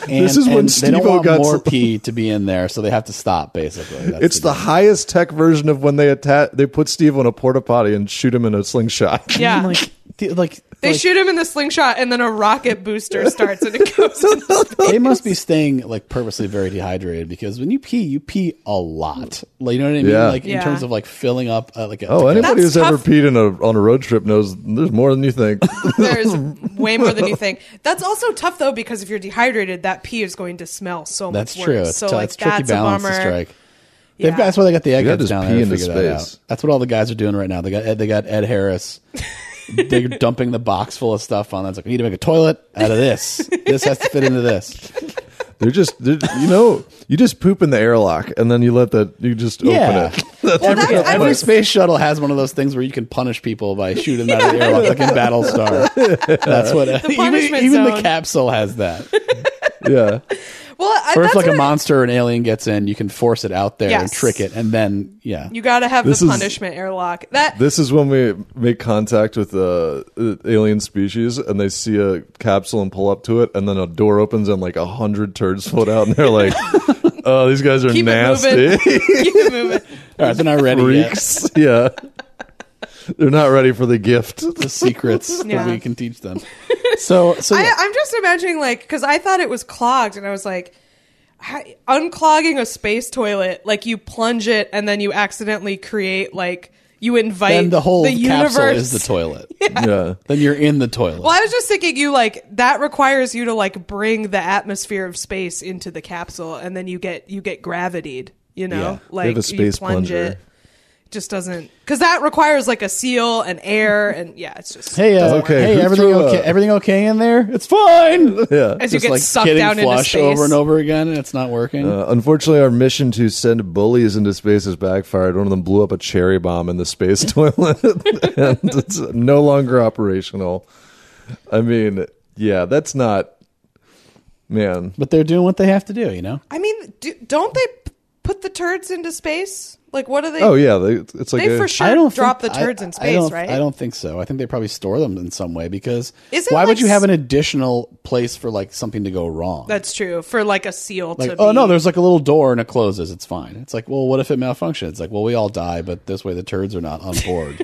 And,
This is when
and they don't
Steve-O
want
got
more
some-
pee to be in there, so they have to stop. Basically, That's
It's the highest tech version of when they attack. They put Steve on a porta potty and shoot him in a slingshot.
Yeah.
like the- like
*laughs* they
like,
shoot him in the slingshot and then a rocket booster starts
*laughs*
and it goes.
They
*laughs*
must be staying like purposely very dehydrated because when you pee, you pee a lot. Like you know what I mean?
Yeah.
Like in
Yeah.
terms of like filling up uh, like a,
*laughs* Oh,
like a-
anybody
That's
who's ever
tough.
peed in a, on a road trip knows there's more than
*laughs*
you think.
There's way more than you think. That's also tough though because if you're dehydrated, that pee is going to smell so
that's
much
true.
worse.
It's,
so
t-
like
it's tricky
that's a
balance
bummer.
to strike.
Yeah.
They've got, that's why they got the
You gotta
eggheads
just
down
pee
there to
into
figure that out.
space.
That's what all the guys are doing right now. They got Ed, they got Ed Harris.
*laughs*
They're dumping the box full of stuff on. That's like we need to make a toilet out of this. this has to fit into this.
They're just, they're, you know, you just poop in the airlock and then you let that, you just open it.
every,
that's-
every
*laughs* I-
space shuttle has one of those things where you can punish people by shooting them out of the airlock, like in Battlestar. That's what *laughs* even,
punishment
even the
zone.
capsule has that.
Yeah.
Well, I,
Or
that's
if like a
what I-
monster or an alien gets in, you can force it out there and
Yes.
trick it, and then yeah,
you got to have
This
the
is-
punishment airlock. That
This is when we make contact with uh, uh, alien species and they see a capsule and pull up to it, and then a door opens and like a hundred turds float out, and
*laughs*
they're like, "Oh, these guys are
keep
nasty *laughs*
it moving. *laughs* keep it moving.
all right, they're not ready yet.
freaks." yeah, they're not ready for the gift. Uh,
The
*laughs*
secrets
Yeah.
that we can teach them. So so yeah.
I, I'm just imagining like because I thought it was clogged, and I was like, ha- unclogging a space toilet, like you plunge it and then you accidentally create like you invite
Then the whole
universe.
capsule is the
*laughs*
toilet.
Yeah.
Then you're in the toilet.
well, I was just thinking, you like that requires you to like bring the atmosphere of space into the capsule, and then you get you get gravitied. You know,
Yeah.
like
have a
you
space
plunge
plunger.
it. Just doesn't because that requires like a seal and air and yeah, it's just
Hey, uh,
Okay,
hey,
who
everything
threw
okay?
up?
Everything okay in there? It's fine.
*laughs* Yeah.
as you
Just
get
like
sucked
kidding
down into
flush
space
over and over again, and it's not working.
Uh, unfortunately, our mission to send bullies into space has backfired. One of them blew up a cherry bomb in the space *laughs* toilet, and it's no longer operational. I mean, yeah, that's not, man.
but they're doing what they have to do, you know.
I mean, do, don't they p- put the turds into space? Like, what *laughs* do they?
Oh yeah, they, it's like
they
a,
for sure
I don't
drop
think-
the
I-
turds
I
in space,
don't-
right?
I don't think so. I think they probably store them in some way because
Isn't,
why
like,
would you have
s-
an additional place for like something to go wrong?
That's true for like a seal
like
to.
oh
be-
no, there's like a little door and it closes. It's fine. It's like well, what if it malfunctions? It's like well, we all die, but this way the turds are not on
*laughs*
board.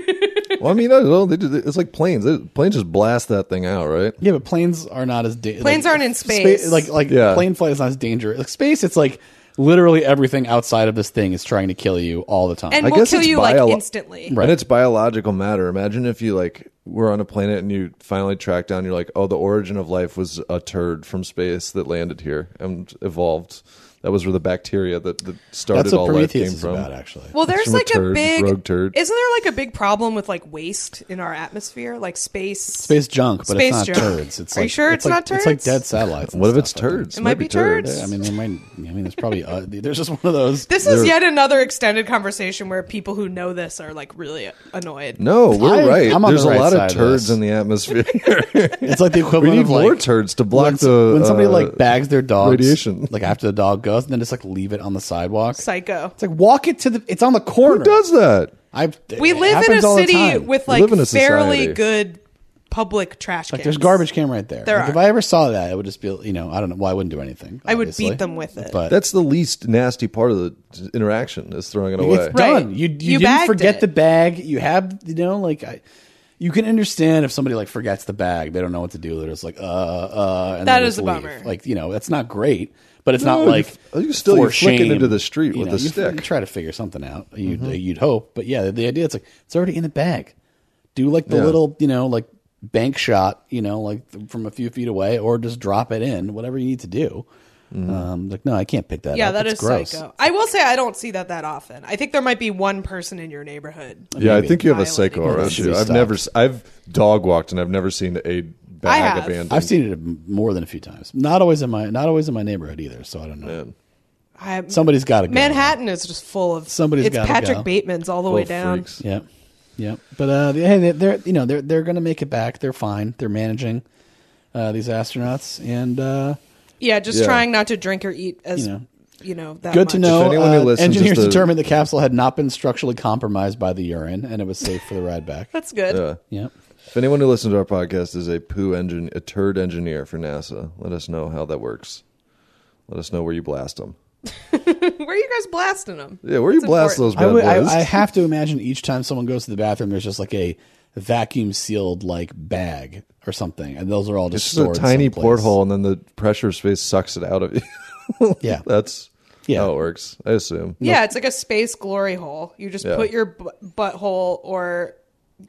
Well, I mean, I don't know. They do, it's like planes. They, planes just blast that thing out, right?
yeah, but planes are not as da-
Planes
like,
aren't in
spa-
space.
like like
Yeah.
plane flight is not as dangerous. Like space, it's like literally everything outside of this thing is trying to kill you all the time.
and
I
will
guess
kill
it's
you
bio-
like instantly.
Right.
And it's biological matter. Imagine if you like were on a planet and you finally tracked down. You're like, oh, the origin of life was a turd from space that landed here and evolved. That was where the bacteria that, that started
that's what
all life came
Prometheus is
from.
about, actually.
Well, there's
from a
like a,
turd,
big
rogue turd.
Isn't there like a big problem with like waste in our atmosphere, like space?
space junk, but
Space
it's not
junk.
turds. It's
Are you
like,
sure it's
like-
not
It's like
turds?
dead satellites. and
What if it's
stuff, I think.
turds?
It might be turds.
I mean, there might. I mean, there's probably. Uh, there's just one of those.
This is yet another extended conversation where people who know this are like really annoyed.
No, we're
I-
right.
I'm on
There's
the right
a lot
side
of
of
turds
this.
in
*laughs*
the atmosphere.
*laughs* It's like the
we
equivalent
need
of
more
like
turds to block
when, s-
the
when somebody
uh,
like bags their dogs
radiation.
like after the dog goes, and then just like leave it on the sidewalk.
Psycho.
It's like walk it to the. It's on the corner.
Who does that?
I,
We
it
live in
happens all
a
the
city
time.
with
We
like
live in a
fairly
society.
good public trash cans.
Like, there's garbage can right there.
There
Like,
are.
if I ever saw that, I would just be, you know, I don't know. Well, I wouldn't do anything.
I would
obviously.
beat them with it.
But
That's the least nasty part of the interaction is throwing it away.
It's done.
Right.
You
You
you, didn't
bagged
forget
it.
the bag. You have you know like I, you can understand if somebody like forgets the bag. They don't know what to do. They're just like uh uh. And
That
they
is
just
a
leave.
bummer.
Like you know that's not great, but it's not
you
like
f- you still-
for
you flick it
shame.
into the street
You
with
know,
a
you f-
stick. Mm-hmm.
You try to figure something out. You'd you'd hope, but yeah, the, the idea it's like it's already in the bag. Do like the
Yeah.
little you know like bank shot you know like th- from a few feet away, or just drop it in. Whatever you need to do.
Mm-hmm.
Um, like no, I can't pick that
Yeah,
up.
that
It's
is
gross.
psycho. I will say I don't see that that often. I think there might be one person in your neighborhood.
Yeah,
Maybe.
I think you have
Violating
a psycho
it.
That
around
should be
you. I've
stopped.
never, s- I've dog walked and I've never seen a
I
bag
have.
abandoned.
I've seen it a- more than a few times. Not always in my not always in my neighborhood either. So I don't know.
I,
Somebody's got to go.
Manhattan is just full of
Somebody's
It's
gotta
Patrick
go.
Bateman's all the way down.
freaks.
Yeah, yeah. But uh, hey, they're, they're you know they're they're going to make it back. They're fine. They're managing uh, these astronauts, and uh,
Yeah, just
Yeah.
trying not to drink or eat as
You
you
know.
know, that
good to
much.
know.
anyone who
uh,
listens is
engineers
the-
determined the capsule had not been structurally compromised by the urine, and it was safe for the ride
*laughs*
back.
That's good.
yeah.
If anyone who listens to our podcast is a poo engine, a turd engineer for NASA, let us know how that works. Let us know where you blast them.
*laughs* Where are you guys blasting them?
Yeah, where you blast those
I,
bad
would, I,
boys?
I have to imagine each time someone goes to the bathroom, there's just like a vacuum sealed like bag or something, and those are all just
it's just a
stored
tiny
someplace.
porthole, and then the pressure of space sucks it out of *laughs* you.
Yeah,
That's
Yeah.
how it works. I assume.
Yeah, it's like a space glory hole. You just
Yeah.
put your bu- butthole or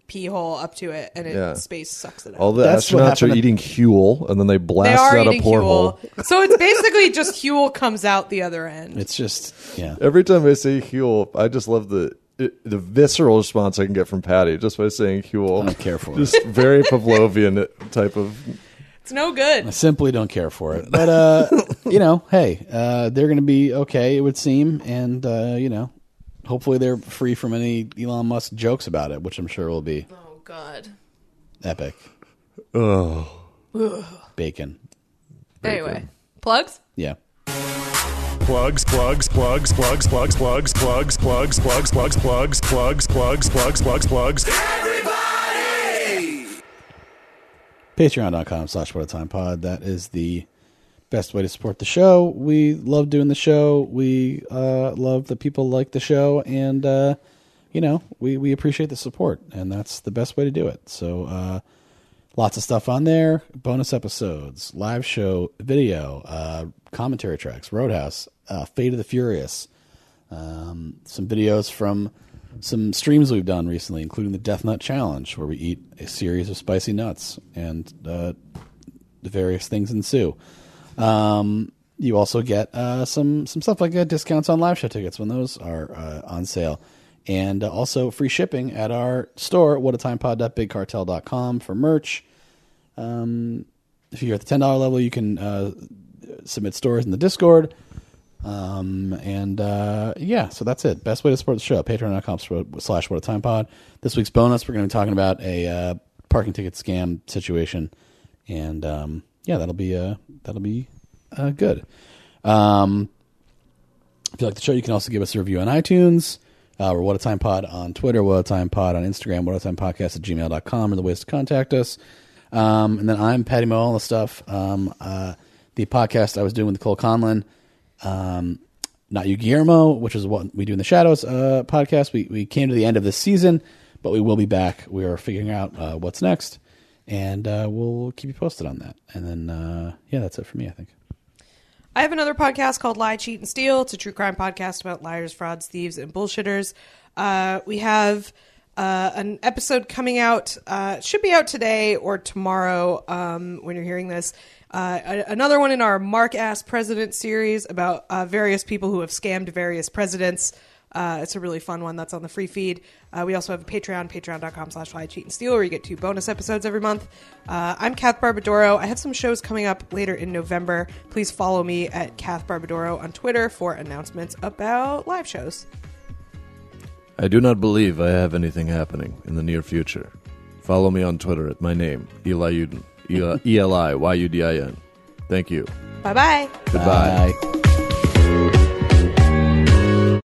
pee hole up to it, and it
Yeah.
space sucks it out.
All the
That's what
astronauts are
happened to-
eating huel, and then
they
they blast
are
it out a
eating
porthole.
Huel, so it's basically just Huel comes out the other end.
it's just yeah.
Every time I say Huel, I just love the it, the visceral response I can get from Patty just by saying Huel.
I don't care for
just very Pavlovian type of.
It's no good.
*laughs* I simply don't care for it. But uh, you know, *laughs* hey, uh, they're going to be okay, it would seem, and uh, you know, hopefully they're free from any Elon Musk jokes about it, which I'm sure will be
Oh God.
epic. Oh, bacon.
Anyway, plugs.
Yeah.
plugs, plugs, plugs, plugs, plugs, plugs, plugs, plugs, plugs, plugs, plugs, plugs, plugs, plugs, plugs, plugs.
Patreon.com slash what a time pod. That is the best way to support the show. We love doing the show. We uh, love that people like the show and uh, you know, we, we appreciate the support and that's the best way to do it. So uh Lots of stuff on there. Bonus episodes, live show, video, uh, commentary tracks, Roadhouse, uh, Fate of the Furious, um, some videos from some streams we've done recently, including the Death Nut Challenge, where we eat a series of spicy nuts and uh, the various things ensue. Um, you also get uh, some some stuff like uh, discounts on live show tickets when those are uh, on sale, and uh, also free shipping at our store whatatimepod.bigcartel.com for merch. Um, if you're at the ten dollar level, you can uh, submit stories in the Discord. Um, and uh, yeah, so that's it. Best way to support the show: patreon.com slash what a time pod. This week's bonus, we're going to be talking about a uh, parking ticket scam situation, and um, yeah, that'll be uh, that'll be uh, good. Um, if you like the show, you can also give us a review on iTunes. Uh, we're What a Time Pod on Twitter, What a Time Pod on Instagram, What a Time Podcast at gmail.com are the ways to contact us. Um, and then I'm Patty Mo, all the stuff. Um, uh, the podcast I was doing with Nicole Conlon, um, Not You Guillermo, which is what we do in the Shadows uh, podcast. We, we came to the end of this season, but we will be back. We are figuring out uh, what's next, and uh, we'll keep you posted on that. And then, uh, yeah, that's it for me, I think.
I have another podcast called Lie, Cheat, and Steal. It's a true crime podcast about liars, frauds, thieves, and bullshitters. Uh, we have uh, an episode coming out. Uh, it should be out today or tomorrow um, when you're hearing this. Uh, a- another one in our Mark Ass President series about uh, various people who have scammed various presidents. Uh, it's a really fun one that's on the free feed. Uh, we also have a Patreon, patreon.com slash lie, cheat, and steal, where you get two bonus episodes every month. Uh, I'm Kath Barbadoro. I have some shows coming up later in November. Please follow me at Kath Barbadoro on Twitter for announcements about live shows.
I do not believe I have anything happening in the near future. Follow me on Twitter at my name, Eli Uden. E L I Y U D I N. Thank you.
Bye bye.
Goodbye.
Bye.